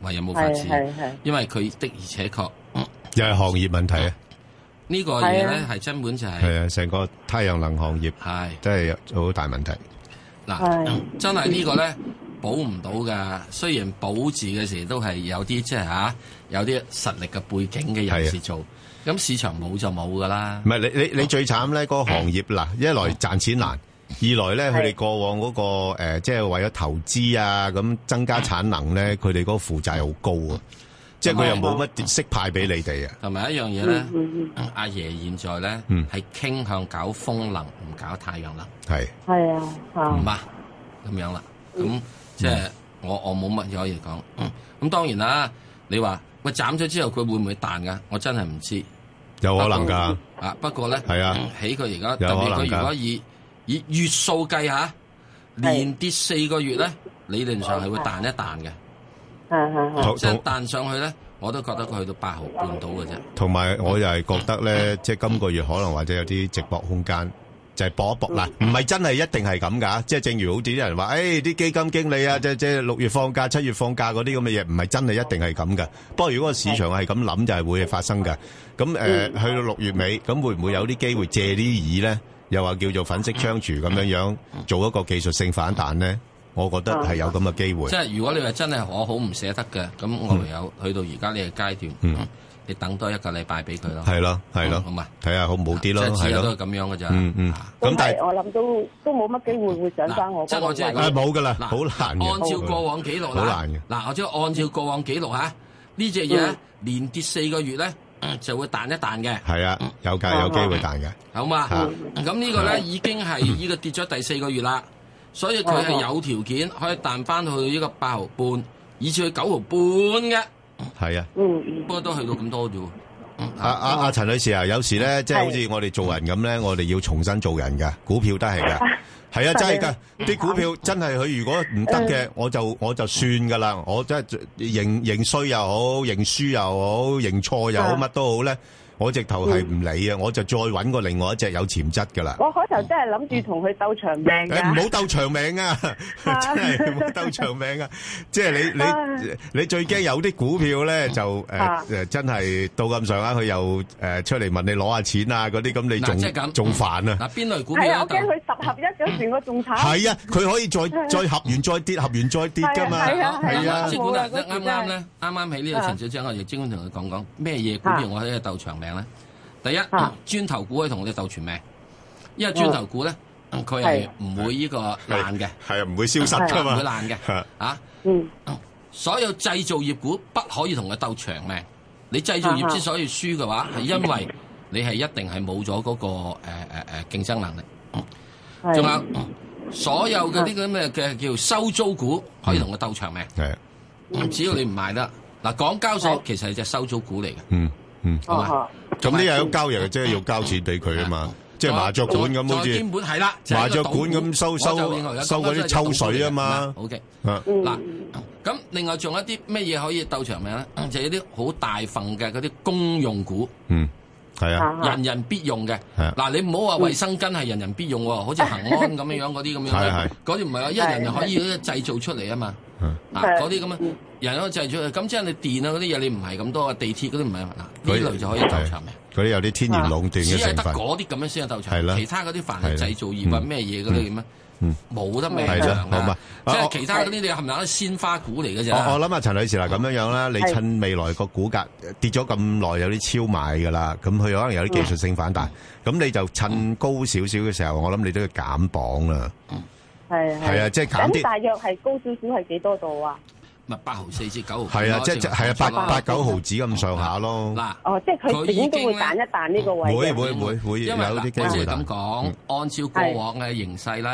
[SPEAKER 2] 話有冇法子
[SPEAKER 12] 係係係？
[SPEAKER 2] 因為佢的而且確
[SPEAKER 3] 又係行業問題啊，
[SPEAKER 2] 呢個嘢咧係根本就係、
[SPEAKER 3] 係啊，成個太陽能行業
[SPEAKER 2] 係
[SPEAKER 3] 真係有好大問題。
[SPEAKER 2] 嗱
[SPEAKER 3] 係，
[SPEAKER 2] 真係呢個咧保唔到㗎。雖然保字嘅時都係有啲即係嚇，有啲實力嘅背景嘅人士做，咁市場冇就冇㗎啦
[SPEAKER 3] 唔。係你你你最慘咧，嗰個行業嗱，一
[SPEAKER 2] 嗯
[SPEAKER 3] 來賺錢難，二來咧佢哋過往嗰個誒，即係為咗投資啊，咁增
[SPEAKER 2] 嗯
[SPEAKER 3] 加產能咧，佢哋嗰個負債好高啊，即係佢又冇
[SPEAKER 2] 嗯
[SPEAKER 3] 乜息派俾你哋啊。
[SPEAKER 2] 同埋一樣嘢咧，阿爺現在咧係傾向搞風能，唔搞太陽能，
[SPEAKER 3] 係
[SPEAKER 12] 係啊，嚇
[SPEAKER 2] 唔，嘛咁樣啦。咁即係我我冇乜嘢可以講。嗯咁當然啦，你話喂斬咗之後佢會唔會彈㗎？我真係唔知。
[SPEAKER 3] 有可能㗎。
[SPEAKER 2] 啊，不過咧，
[SPEAKER 3] 係啊
[SPEAKER 2] 起佢而家
[SPEAKER 3] 有
[SPEAKER 2] 特
[SPEAKER 3] 可
[SPEAKER 2] 別
[SPEAKER 3] 能㗎
[SPEAKER 2] 佢如果以以月數計下，連跌四個月咧，理論上係會彈一彈嘅，
[SPEAKER 12] 係係係，
[SPEAKER 2] 即係彈上去咧，我都覺得佢去到八毫半到嘅啫。
[SPEAKER 3] 同埋我又係覺得咧，即係今個月可能或者有啲直播空間，就係搏一搏嗱，唔係真係一定係咁㗎，即係正如好似啲人話，誒啲基金經理啊，即即係六月放假、七月放假嗰啲咁嘅嘢，唔係真係一定係咁㗎。不過如果個市場係咁諗，就係會發生㗎。咁誒去到六月尾，咁會唔會有啲機會借啲意咧？又話叫做粉飾窗廚咁樣樣，做一個技術性反彈咧？我覺得係有咁嘅機會
[SPEAKER 2] 即。係如果你話真係我好唔捨得嘅，咁我唯有去到而家呢個階段，
[SPEAKER 3] 嗯
[SPEAKER 2] 你等多一個禮拜俾佢咯。
[SPEAKER 3] 係咯，係咯
[SPEAKER 2] 好嘛，，
[SPEAKER 3] 睇下好唔好啲咯，
[SPEAKER 2] 即係只
[SPEAKER 3] 係
[SPEAKER 2] 有都
[SPEAKER 3] 咯，
[SPEAKER 2] 係咁樣嘅咋。啊
[SPEAKER 3] 嗯嗯。咁但係
[SPEAKER 12] 我諗都都冇乜機會會上翻我
[SPEAKER 2] 即
[SPEAKER 12] 嗰
[SPEAKER 2] 係
[SPEAKER 12] 個
[SPEAKER 2] 我
[SPEAKER 12] 位。
[SPEAKER 2] 即係
[SPEAKER 3] 啊冇㗎啦，好難嘅。
[SPEAKER 2] 按照過往記錄
[SPEAKER 3] 好
[SPEAKER 2] 啦
[SPEAKER 3] 難嘅，
[SPEAKER 2] 嗱，我即係按照過往記錄嚇，呢只
[SPEAKER 12] 嗯
[SPEAKER 2] 嘢呢連跌四個月咧，就會彈一彈嘅，
[SPEAKER 3] 係啊，有㗎，有機會彈嘅。
[SPEAKER 2] 好嘛？
[SPEAKER 3] 啊
[SPEAKER 2] 咁呢個咧已經係 呢個跌咗第四個月啦，所以
[SPEAKER 12] 哦
[SPEAKER 2] 佢係有條件可以彈翻去呢個八毫半，以至去九毫半嘅。
[SPEAKER 3] 係啊。
[SPEAKER 2] 不過都去到咁多啫喎。
[SPEAKER 3] 阿阿阿陳女士啊，有時咧，à, 即係好似我哋做人咁咧，我哋要重新做人噶，股票都係噶，係啊，真係噶，啲股票真係佢如果唔得嘅，我就我就算噶啦，我真係認認衰又好，認輸又好，認錯又好，
[SPEAKER 12] 啊
[SPEAKER 3] 乜都好咧，我直頭係唔理啊，我就再揾過另外一隻有潛質噶啦。
[SPEAKER 12] 我開頭真係諗
[SPEAKER 2] 嗯
[SPEAKER 12] 住同佢鬥長命
[SPEAKER 3] 誒
[SPEAKER 5] Dạ.
[SPEAKER 3] 唔好
[SPEAKER 12] 㗎，
[SPEAKER 3] 鬥長命啊！ 真係唔好鬥長命啊！即係你你你最驚有啲股票咧就誒
[SPEAKER 2] 啊
[SPEAKER 3] 誒真係到咁上下，佢又誒出嚟問你攞下錢啊嗰啲，咁你
[SPEAKER 2] 嗱即係
[SPEAKER 3] 仲
[SPEAKER 2] 咁
[SPEAKER 3] 仲煩啊！
[SPEAKER 2] 邊類股票
[SPEAKER 12] 係啊，
[SPEAKER 2] 咧
[SPEAKER 12] 我驚佢十合一嗰時我仲慘。
[SPEAKER 3] 係啊，佢可以再再合完再跌，合完再跌㗎嘛，
[SPEAKER 12] 係啊係啊
[SPEAKER 3] 係啊
[SPEAKER 2] 即管嗱，啱啱咧，啱啱喺呢個情緒之下，我亦即管同佢講講咩嘢股票我喺度鬥長命咧。第一，磚頭股可以同你鬥全命，因為磚頭股咧，佢係唔會呢個爛嘅，
[SPEAKER 3] 係啊，唔會消失㗎嘛，
[SPEAKER 2] 唔會爛嘅，啊。
[SPEAKER 12] 嗯。
[SPEAKER 2] 所有製造業股不可以同佢鬥長命。你製造業之所以輸嘅話，係因為你係一定係冇咗嗰個誒誒誒競爭能力。仲有嗯所有嘅呢個咩嘅叫收租股，可以同佢鬥長命。
[SPEAKER 3] 係
[SPEAKER 2] 嗯只要你唔賣得嗱，港交所其實係隻收租股嚟嘅，
[SPEAKER 3] 嗯嗯，
[SPEAKER 2] 好嘛？
[SPEAKER 3] 咁呢又有交易，即係要交錢俾佢啊嘛，即係麻雀館咁好
[SPEAKER 2] 再
[SPEAKER 3] 似
[SPEAKER 2] 兼本係啦，就係
[SPEAKER 3] 麻
[SPEAKER 2] 一個
[SPEAKER 3] 雀
[SPEAKER 2] 賭
[SPEAKER 3] 館
[SPEAKER 2] 股
[SPEAKER 3] 咁收
[SPEAKER 2] 我就認為
[SPEAKER 3] 收
[SPEAKER 2] 有
[SPEAKER 3] 收
[SPEAKER 2] 港
[SPEAKER 3] 嗰啲
[SPEAKER 2] 交所係一個
[SPEAKER 3] 抽水啊
[SPEAKER 2] 賭
[SPEAKER 3] 嘛
[SPEAKER 2] 股嚟嘅。OK。
[SPEAKER 3] 啊
[SPEAKER 2] 嗱，咁另外仲有一啲咩嘢可以鬥長命咧？就係一啲好大份嘅嗰啲公用股，
[SPEAKER 3] 嗯係啊。
[SPEAKER 2] 人人必用嘅。
[SPEAKER 3] 係啊
[SPEAKER 2] 嗱，你唔好話衛生巾係人人必用喎，好似恒安咁樣樣嗰啲咁樣
[SPEAKER 3] 係係
[SPEAKER 2] 咧，嗰啲唔係啊，一人就可以製造出嚟啊嘛。
[SPEAKER 3] Dạ.
[SPEAKER 2] 啊，嗰啲咁啊，人可以製造出嚟，咁即係你電啊嗰啲嘢，你唔係咁多啊，地鐵嗰啲唔係嗱，呢類就可以鬥長命。
[SPEAKER 3] 嗰啲有啲天然壟斷嘅
[SPEAKER 2] 只係
[SPEAKER 3] 成
[SPEAKER 2] 得
[SPEAKER 3] 分，
[SPEAKER 2] 嗰啲咁樣先有鬥
[SPEAKER 3] 係
[SPEAKER 2] 長
[SPEAKER 3] 啦
[SPEAKER 2] 命，其他嗰啲凡係
[SPEAKER 3] 係啦
[SPEAKER 2] 製造業啊
[SPEAKER 3] 嗯
[SPEAKER 2] 咩嘢嗰啲咁啊
[SPEAKER 3] 嗯，
[SPEAKER 2] 冇得命
[SPEAKER 3] 係啦
[SPEAKER 2] 長
[SPEAKER 3] 好嘛
[SPEAKER 2] 啊！
[SPEAKER 3] 啊我
[SPEAKER 2] 即係其他嗰啲你冚唪唥都鮮花股嚟嘅啫。
[SPEAKER 3] 我我諗啊，陳女士啦，咁樣樣啦，你
[SPEAKER 2] 係
[SPEAKER 3] 趁未來個股價跌咗咁耐，有啲超買噶啦，咁佢可能有啲技術性反彈，
[SPEAKER 2] 嗯
[SPEAKER 3] 咁你就趁高少少嘅時候，我諗你都要減磅啦。
[SPEAKER 12] 係
[SPEAKER 3] 係啊即係減啲
[SPEAKER 12] 咁大約係高少少係幾多度啊？
[SPEAKER 2] 咪八毫四至九毫半
[SPEAKER 3] 係
[SPEAKER 2] 咯，
[SPEAKER 3] 啊，即係即係係啊，八八九毫子咁上下咯。
[SPEAKER 2] 嗱，
[SPEAKER 12] 哦，即係佢點都會彈一彈呢個位嘅。
[SPEAKER 3] 會會會會有
[SPEAKER 2] 因為嗱
[SPEAKER 3] 啲機
[SPEAKER 2] 我只
[SPEAKER 3] 會嗯
[SPEAKER 2] 係
[SPEAKER 3] 彈
[SPEAKER 2] 咁。講，按照過往嘅形勢咧，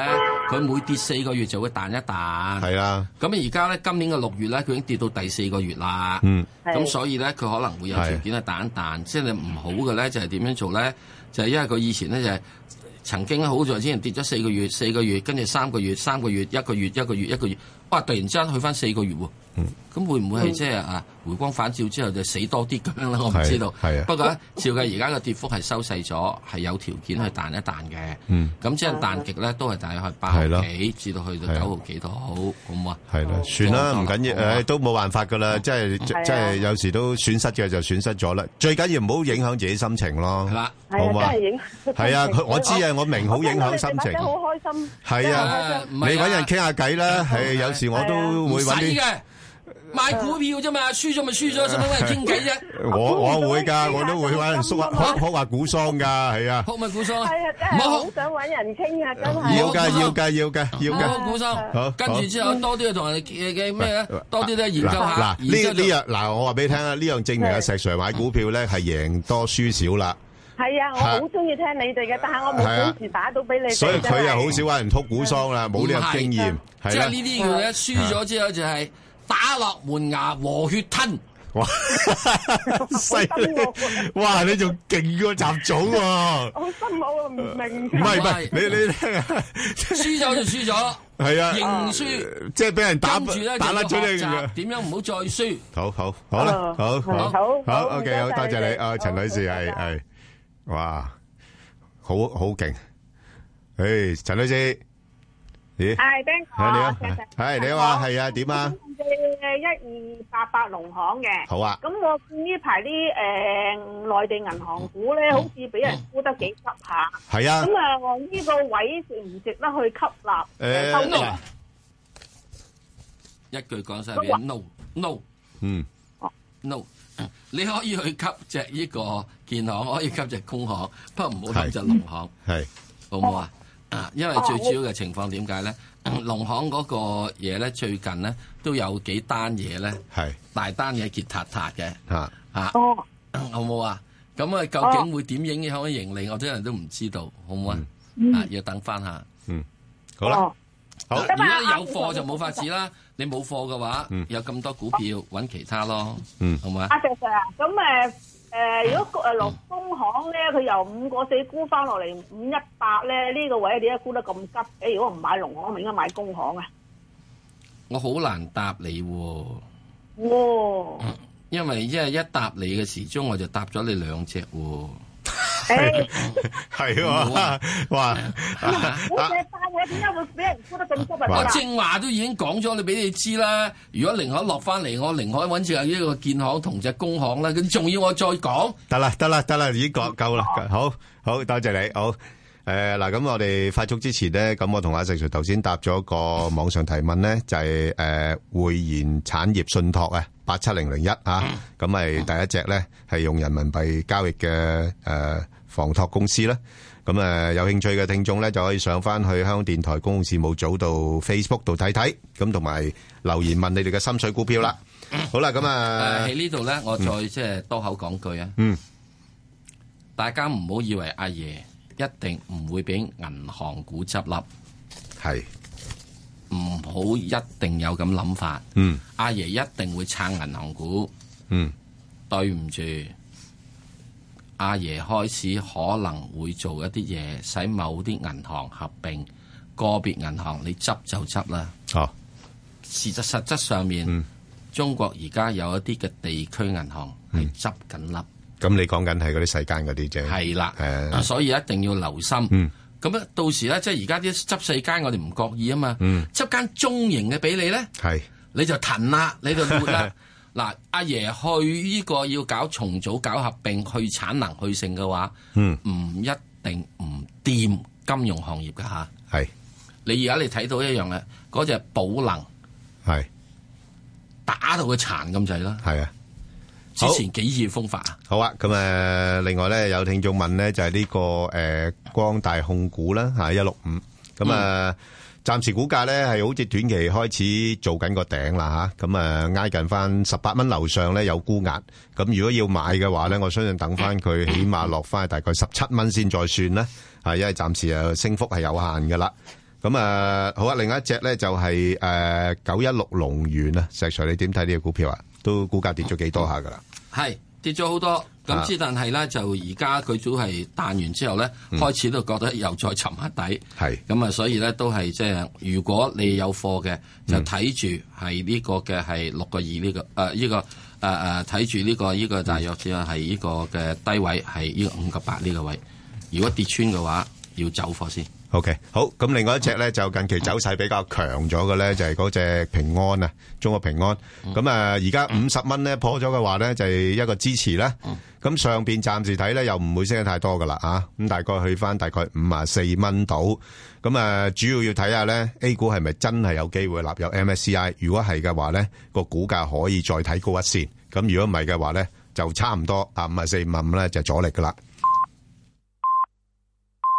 [SPEAKER 2] 佢每跌四個月就會彈一彈。
[SPEAKER 3] 係啊，
[SPEAKER 2] 咁而家咧，今年嘅六月咧，佢已經跌到第四個月啦。
[SPEAKER 3] 嗯
[SPEAKER 2] 咁
[SPEAKER 14] 係
[SPEAKER 2] 所以咧，佢可能會有條件係彈一彈。即係你唔好嘅咧，就係點樣做咧？就係因為佢以前咧就係曾經好在之前跌咗四個月、四個月，跟住三個月、三個月、一個月、一個月、一個月，哇！突然之間去翻四個月喎。咁會唔會係
[SPEAKER 14] 嗯
[SPEAKER 2] 即係啊回光返照之後就死多啲咁樣咧？我唔
[SPEAKER 14] 係
[SPEAKER 2] 知道。
[SPEAKER 14] 係啊
[SPEAKER 2] 不過咧，照計而家嘅跌幅係收細咗，係有條件去彈一彈嘅。
[SPEAKER 3] 嗯
[SPEAKER 2] 咁即係彈極咧，都係大約係八
[SPEAKER 3] 係咯
[SPEAKER 2] 毫幾至到去到九毫幾度，好好唔好啊？
[SPEAKER 3] 係啦，算啦，唔緊
[SPEAKER 2] 好
[SPEAKER 3] 要，誒都冇辦法噶啦，即係即
[SPEAKER 2] 係啊
[SPEAKER 3] 係有時都損失嘅就損失咗啦，最緊要唔好影響自己心情咯，係
[SPEAKER 2] 啦，
[SPEAKER 3] 好嘛
[SPEAKER 12] 係啊，真係影響。
[SPEAKER 3] 係啊佢我知啊我明好影響心情
[SPEAKER 12] 真係好開心。
[SPEAKER 3] 係啊，
[SPEAKER 2] 唔
[SPEAKER 3] 你
[SPEAKER 2] 係啊
[SPEAKER 3] 揾人傾下偈啦，係有時我都會
[SPEAKER 2] 唔使啊
[SPEAKER 3] 揾啲。啊
[SPEAKER 2] 嘅，買股票啫嘛，輸咗咪輸咗，使乜揾人傾 偈啫？
[SPEAKER 3] 我我會㗎，我都會揾人縮下學學下股桑㗎，係啊，
[SPEAKER 2] 哭咪股桑，
[SPEAKER 12] 係啊，真係好想揾人傾啊，真係。
[SPEAKER 3] 要㗎要㗎要㗎要
[SPEAKER 2] 唔好哭
[SPEAKER 3] 㗎，
[SPEAKER 2] 股
[SPEAKER 3] 好
[SPEAKER 2] 桑，跟住之後多啲去同人嘅嘅咩咧
[SPEAKER 3] 喂，
[SPEAKER 2] 多啲咧研究下
[SPEAKER 3] 嗱，
[SPEAKER 2] 然之後
[SPEAKER 3] 嗱呢呢樣嗱，我話俾你聽啊，呢樣證明阿石 Sir 買股票咧係贏多輸少啦，
[SPEAKER 12] 係啊，我好中意聽你哋嘅，但係我
[SPEAKER 2] 啊
[SPEAKER 12] 冇本事打到俾你哋。
[SPEAKER 3] 所以佢
[SPEAKER 12] 真係
[SPEAKER 3] 又好少揾人哭股桑啦，冇呢
[SPEAKER 2] 唔
[SPEAKER 3] 個
[SPEAKER 2] 係
[SPEAKER 3] 經驗，
[SPEAKER 2] 即
[SPEAKER 3] 係
[SPEAKER 2] 係
[SPEAKER 3] 啦啊
[SPEAKER 2] 呢啲叫咧輸咗之後就係打落門牙和血 吞。
[SPEAKER 3] 哇！犀利！哇！你仲勁過雜種喎，
[SPEAKER 12] 好心我唔
[SPEAKER 2] 啊
[SPEAKER 12] 明。
[SPEAKER 3] 唔係唔係，你你聽啊，
[SPEAKER 2] 輸咗就輸咗，
[SPEAKER 3] 係啊，
[SPEAKER 2] 認輸，
[SPEAKER 3] 即係俾人打
[SPEAKER 2] 跟住咧
[SPEAKER 3] 打甩
[SPEAKER 2] 就
[SPEAKER 3] 咗
[SPEAKER 2] 要學
[SPEAKER 3] 你咁樣
[SPEAKER 2] 習。點樣唔好再輸。
[SPEAKER 3] 好好好啦，好好
[SPEAKER 2] 好
[SPEAKER 3] 好
[SPEAKER 2] 好
[SPEAKER 3] OK，好
[SPEAKER 2] 唔
[SPEAKER 3] 多
[SPEAKER 2] 該
[SPEAKER 3] 謝
[SPEAKER 2] 晒你
[SPEAKER 3] 你
[SPEAKER 2] 哋
[SPEAKER 3] 啊，陳女士係係，哇，好好勁，唉，陳女士。咦？
[SPEAKER 7] 啊
[SPEAKER 14] 係，Ben 哥，
[SPEAKER 3] 係，你好。
[SPEAKER 14] 謝謝。
[SPEAKER 3] 係，你好啊，係啊，點啊？
[SPEAKER 14] 一二八八農行嘅，
[SPEAKER 3] 好啊
[SPEAKER 14] 咁我見呢排啲誒內地銀行股咧，好似俾人沽得幾急下。
[SPEAKER 3] 係嗯啊
[SPEAKER 14] 咁啊，我呢個位值唔值得去吸納？
[SPEAKER 3] 誒哎
[SPEAKER 14] 收購
[SPEAKER 3] 嗱
[SPEAKER 7] 啊
[SPEAKER 2] 一句講 晒俾你 no no，
[SPEAKER 3] 嗯
[SPEAKER 2] ，no，你可以去吸只呢個建行，可以吸只工行，不過唔好吸只農行，
[SPEAKER 3] 係
[SPEAKER 2] 好唔好啊？啊因為最主要嘅情況點解咧？農行嗰個嘢咧，最近咧都有幾單嘢咧，
[SPEAKER 3] 係
[SPEAKER 2] 大單嘢結塌塌嘅，
[SPEAKER 3] 嚇
[SPEAKER 2] 嚇，好唔好啊？咁啊，究竟會點影響盈利，我啲人都唔知道，好唔好啊？
[SPEAKER 14] 嗯
[SPEAKER 2] 啊，要等翻下。
[SPEAKER 3] 嗯，好啦，好
[SPEAKER 2] 如果你有貨就冇法子啦，你冇貨嘅話，有咁多股票揾其他咯，好唔好啊？
[SPEAKER 14] 阿石 Sir 啊，咁誒誒，如果誒落工行咧，佢由五個四沽翻落嚟五一八咧，呢個位點解沽得咁急？誒，如果唔買農行，咪應該買工行啊？
[SPEAKER 2] 我好難答你喎，
[SPEAKER 3] 嗯
[SPEAKER 14] 哇！
[SPEAKER 2] 因為因為一答你嘅時鐘，我就答咗你兩隻喎。
[SPEAKER 3] 係喎，
[SPEAKER 2] 好啊
[SPEAKER 3] 哇！啊
[SPEAKER 14] 我借債我點解會俾人沽得咁急啊？
[SPEAKER 2] 我正話都已經講咗，你俾你知啦。如果寧海落翻嚟，我寧海揾隻呢個建行同隻工行啦，咁仲要我再講？
[SPEAKER 3] 得啦，得啦，得啦，已經講-夠啦。好，好，多謝你，好。誒，嗱，咁我哋快速之前呢，咁我同阿石Sir頭先答咗個網上提問呢，就係，誒，匯賢產業信託啊，870001啊，咁係第一隻呢，係用人民幣交易嘅，誒，房託公司啦。咁，誒，有興趣嘅聽眾呢，就可以上返去香港電台公共事務組度Facebook度睇睇，咁同埋留言問你哋嘅心水股票啦。好啦，咁啊，
[SPEAKER 2] 誒喺呢度咧，我再即係多口講句啊，大家唔好以為阿爺一定唔會俾銀行股執笠，
[SPEAKER 3] 係
[SPEAKER 2] 唔好一定有咁諗法。
[SPEAKER 3] 嗯，
[SPEAKER 2] 阿爺一定會撐銀行股。
[SPEAKER 3] 嗯，
[SPEAKER 2] 對唔住，阿爺開始可能會做一啲嘢，使某啲銀行合併，個別銀行你執就執啦。
[SPEAKER 3] 哦，
[SPEAKER 2] 事實實質上面，
[SPEAKER 3] 嗯
[SPEAKER 2] 中國而家有一啲嘅地區銀行
[SPEAKER 3] 嗯
[SPEAKER 2] 係執緊笠。
[SPEAKER 3] 咁你講緊係嗰啲細間嗰啲啫。
[SPEAKER 2] 係啦，
[SPEAKER 3] 誒，
[SPEAKER 2] 啊所以一定要留心。
[SPEAKER 3] 嗯
[SPEAKER 2] 咁咧，到時咧，即係而家啲執四間，我哋唔覺意啊嘛。
[SPEAKER 3] 嗯
[SPEAKER 2] 執間中型嘅俾你咧，
[SPEAKER 3] 係
[SPEAKER 2] 你就騰啦，你就活 啦。嗱，阿爺去呢個要搞重組、搞合併、去產能、去性嘅話，
[SPEAKER 3] 嗯
[SPEAKER 2] 唔一定唔掂金融行業嘅嚇。
[SPEAKER 3] 係
[SPEAKER 2] 你而家你睇到一樣嘅，嗰只寶能
[SPEAKER 3] 係
[SPEAKER 2] 打到佢殘咁滯啦。
[SPEAKER 3] 係啊，
[SPEAKER 2] 之前幾熱風法啊，
[SPEAKER 3] 好啊，咁誒，另外咧有聽眾問咧就係呢個誒光大控股啦嚇一六五，咁啊暫時股價咧係好似短期開始做緊個頂啦嚇，咁啊挨近翻十八蚊樓上咧有沽壓，咁如果要買嘅話咧，我相信等翻佢起碼落翻去大概十七蚊先再算啦，啊，因為暫時誒升幅係有限噶啦。咁啊好啊，另一隻咧就係誒九一六龍源啊，石 Sir 你點睇呢個股票啊？都股價跌咗幾多下噶啦？
[SPEAKER 2] 係跌咗好多。
[SPEAKER 3] 啊
[SPEAKER 2] 咁之但係咧，就而家佢早係彈完之後咧，
[SPEAKER 3] 嗯
[SPEAKER 2] 開始都覺得又再沉下底。
[SPEAKER 3] 係
[SPEAKER 2] 咁啊，所以咧都係即係，如果你有貨嘅，就睇住係呢個嘅係六個二呢個誒呢個誒誒睇住呢個呢個大約只係呢個嘅低位係呢個五個八呢個位。如果跌穿嘅話，要走貨先。
[SPEAKER 3] OK，好，咁另外一隻呢，就近期走勢比較強咗嘅呢，就係嗰隻平安啊，中國平安。咁啊，而家50蚊呢，破咗嘅話呢，就係一個支持啦。咁上邊暫時睇呢，又唔會升得太多㗎啦，啊，咁大概去返大概54蚊度。咁啊，主要要睇下呢，A 股係咪真係有機會納入 MSCI，如果係嘅話呢，個股價可以再睇高一線。咁如果唔係嘅話呢，就差唔多，啊，54 55呢，就阻力㗎啦。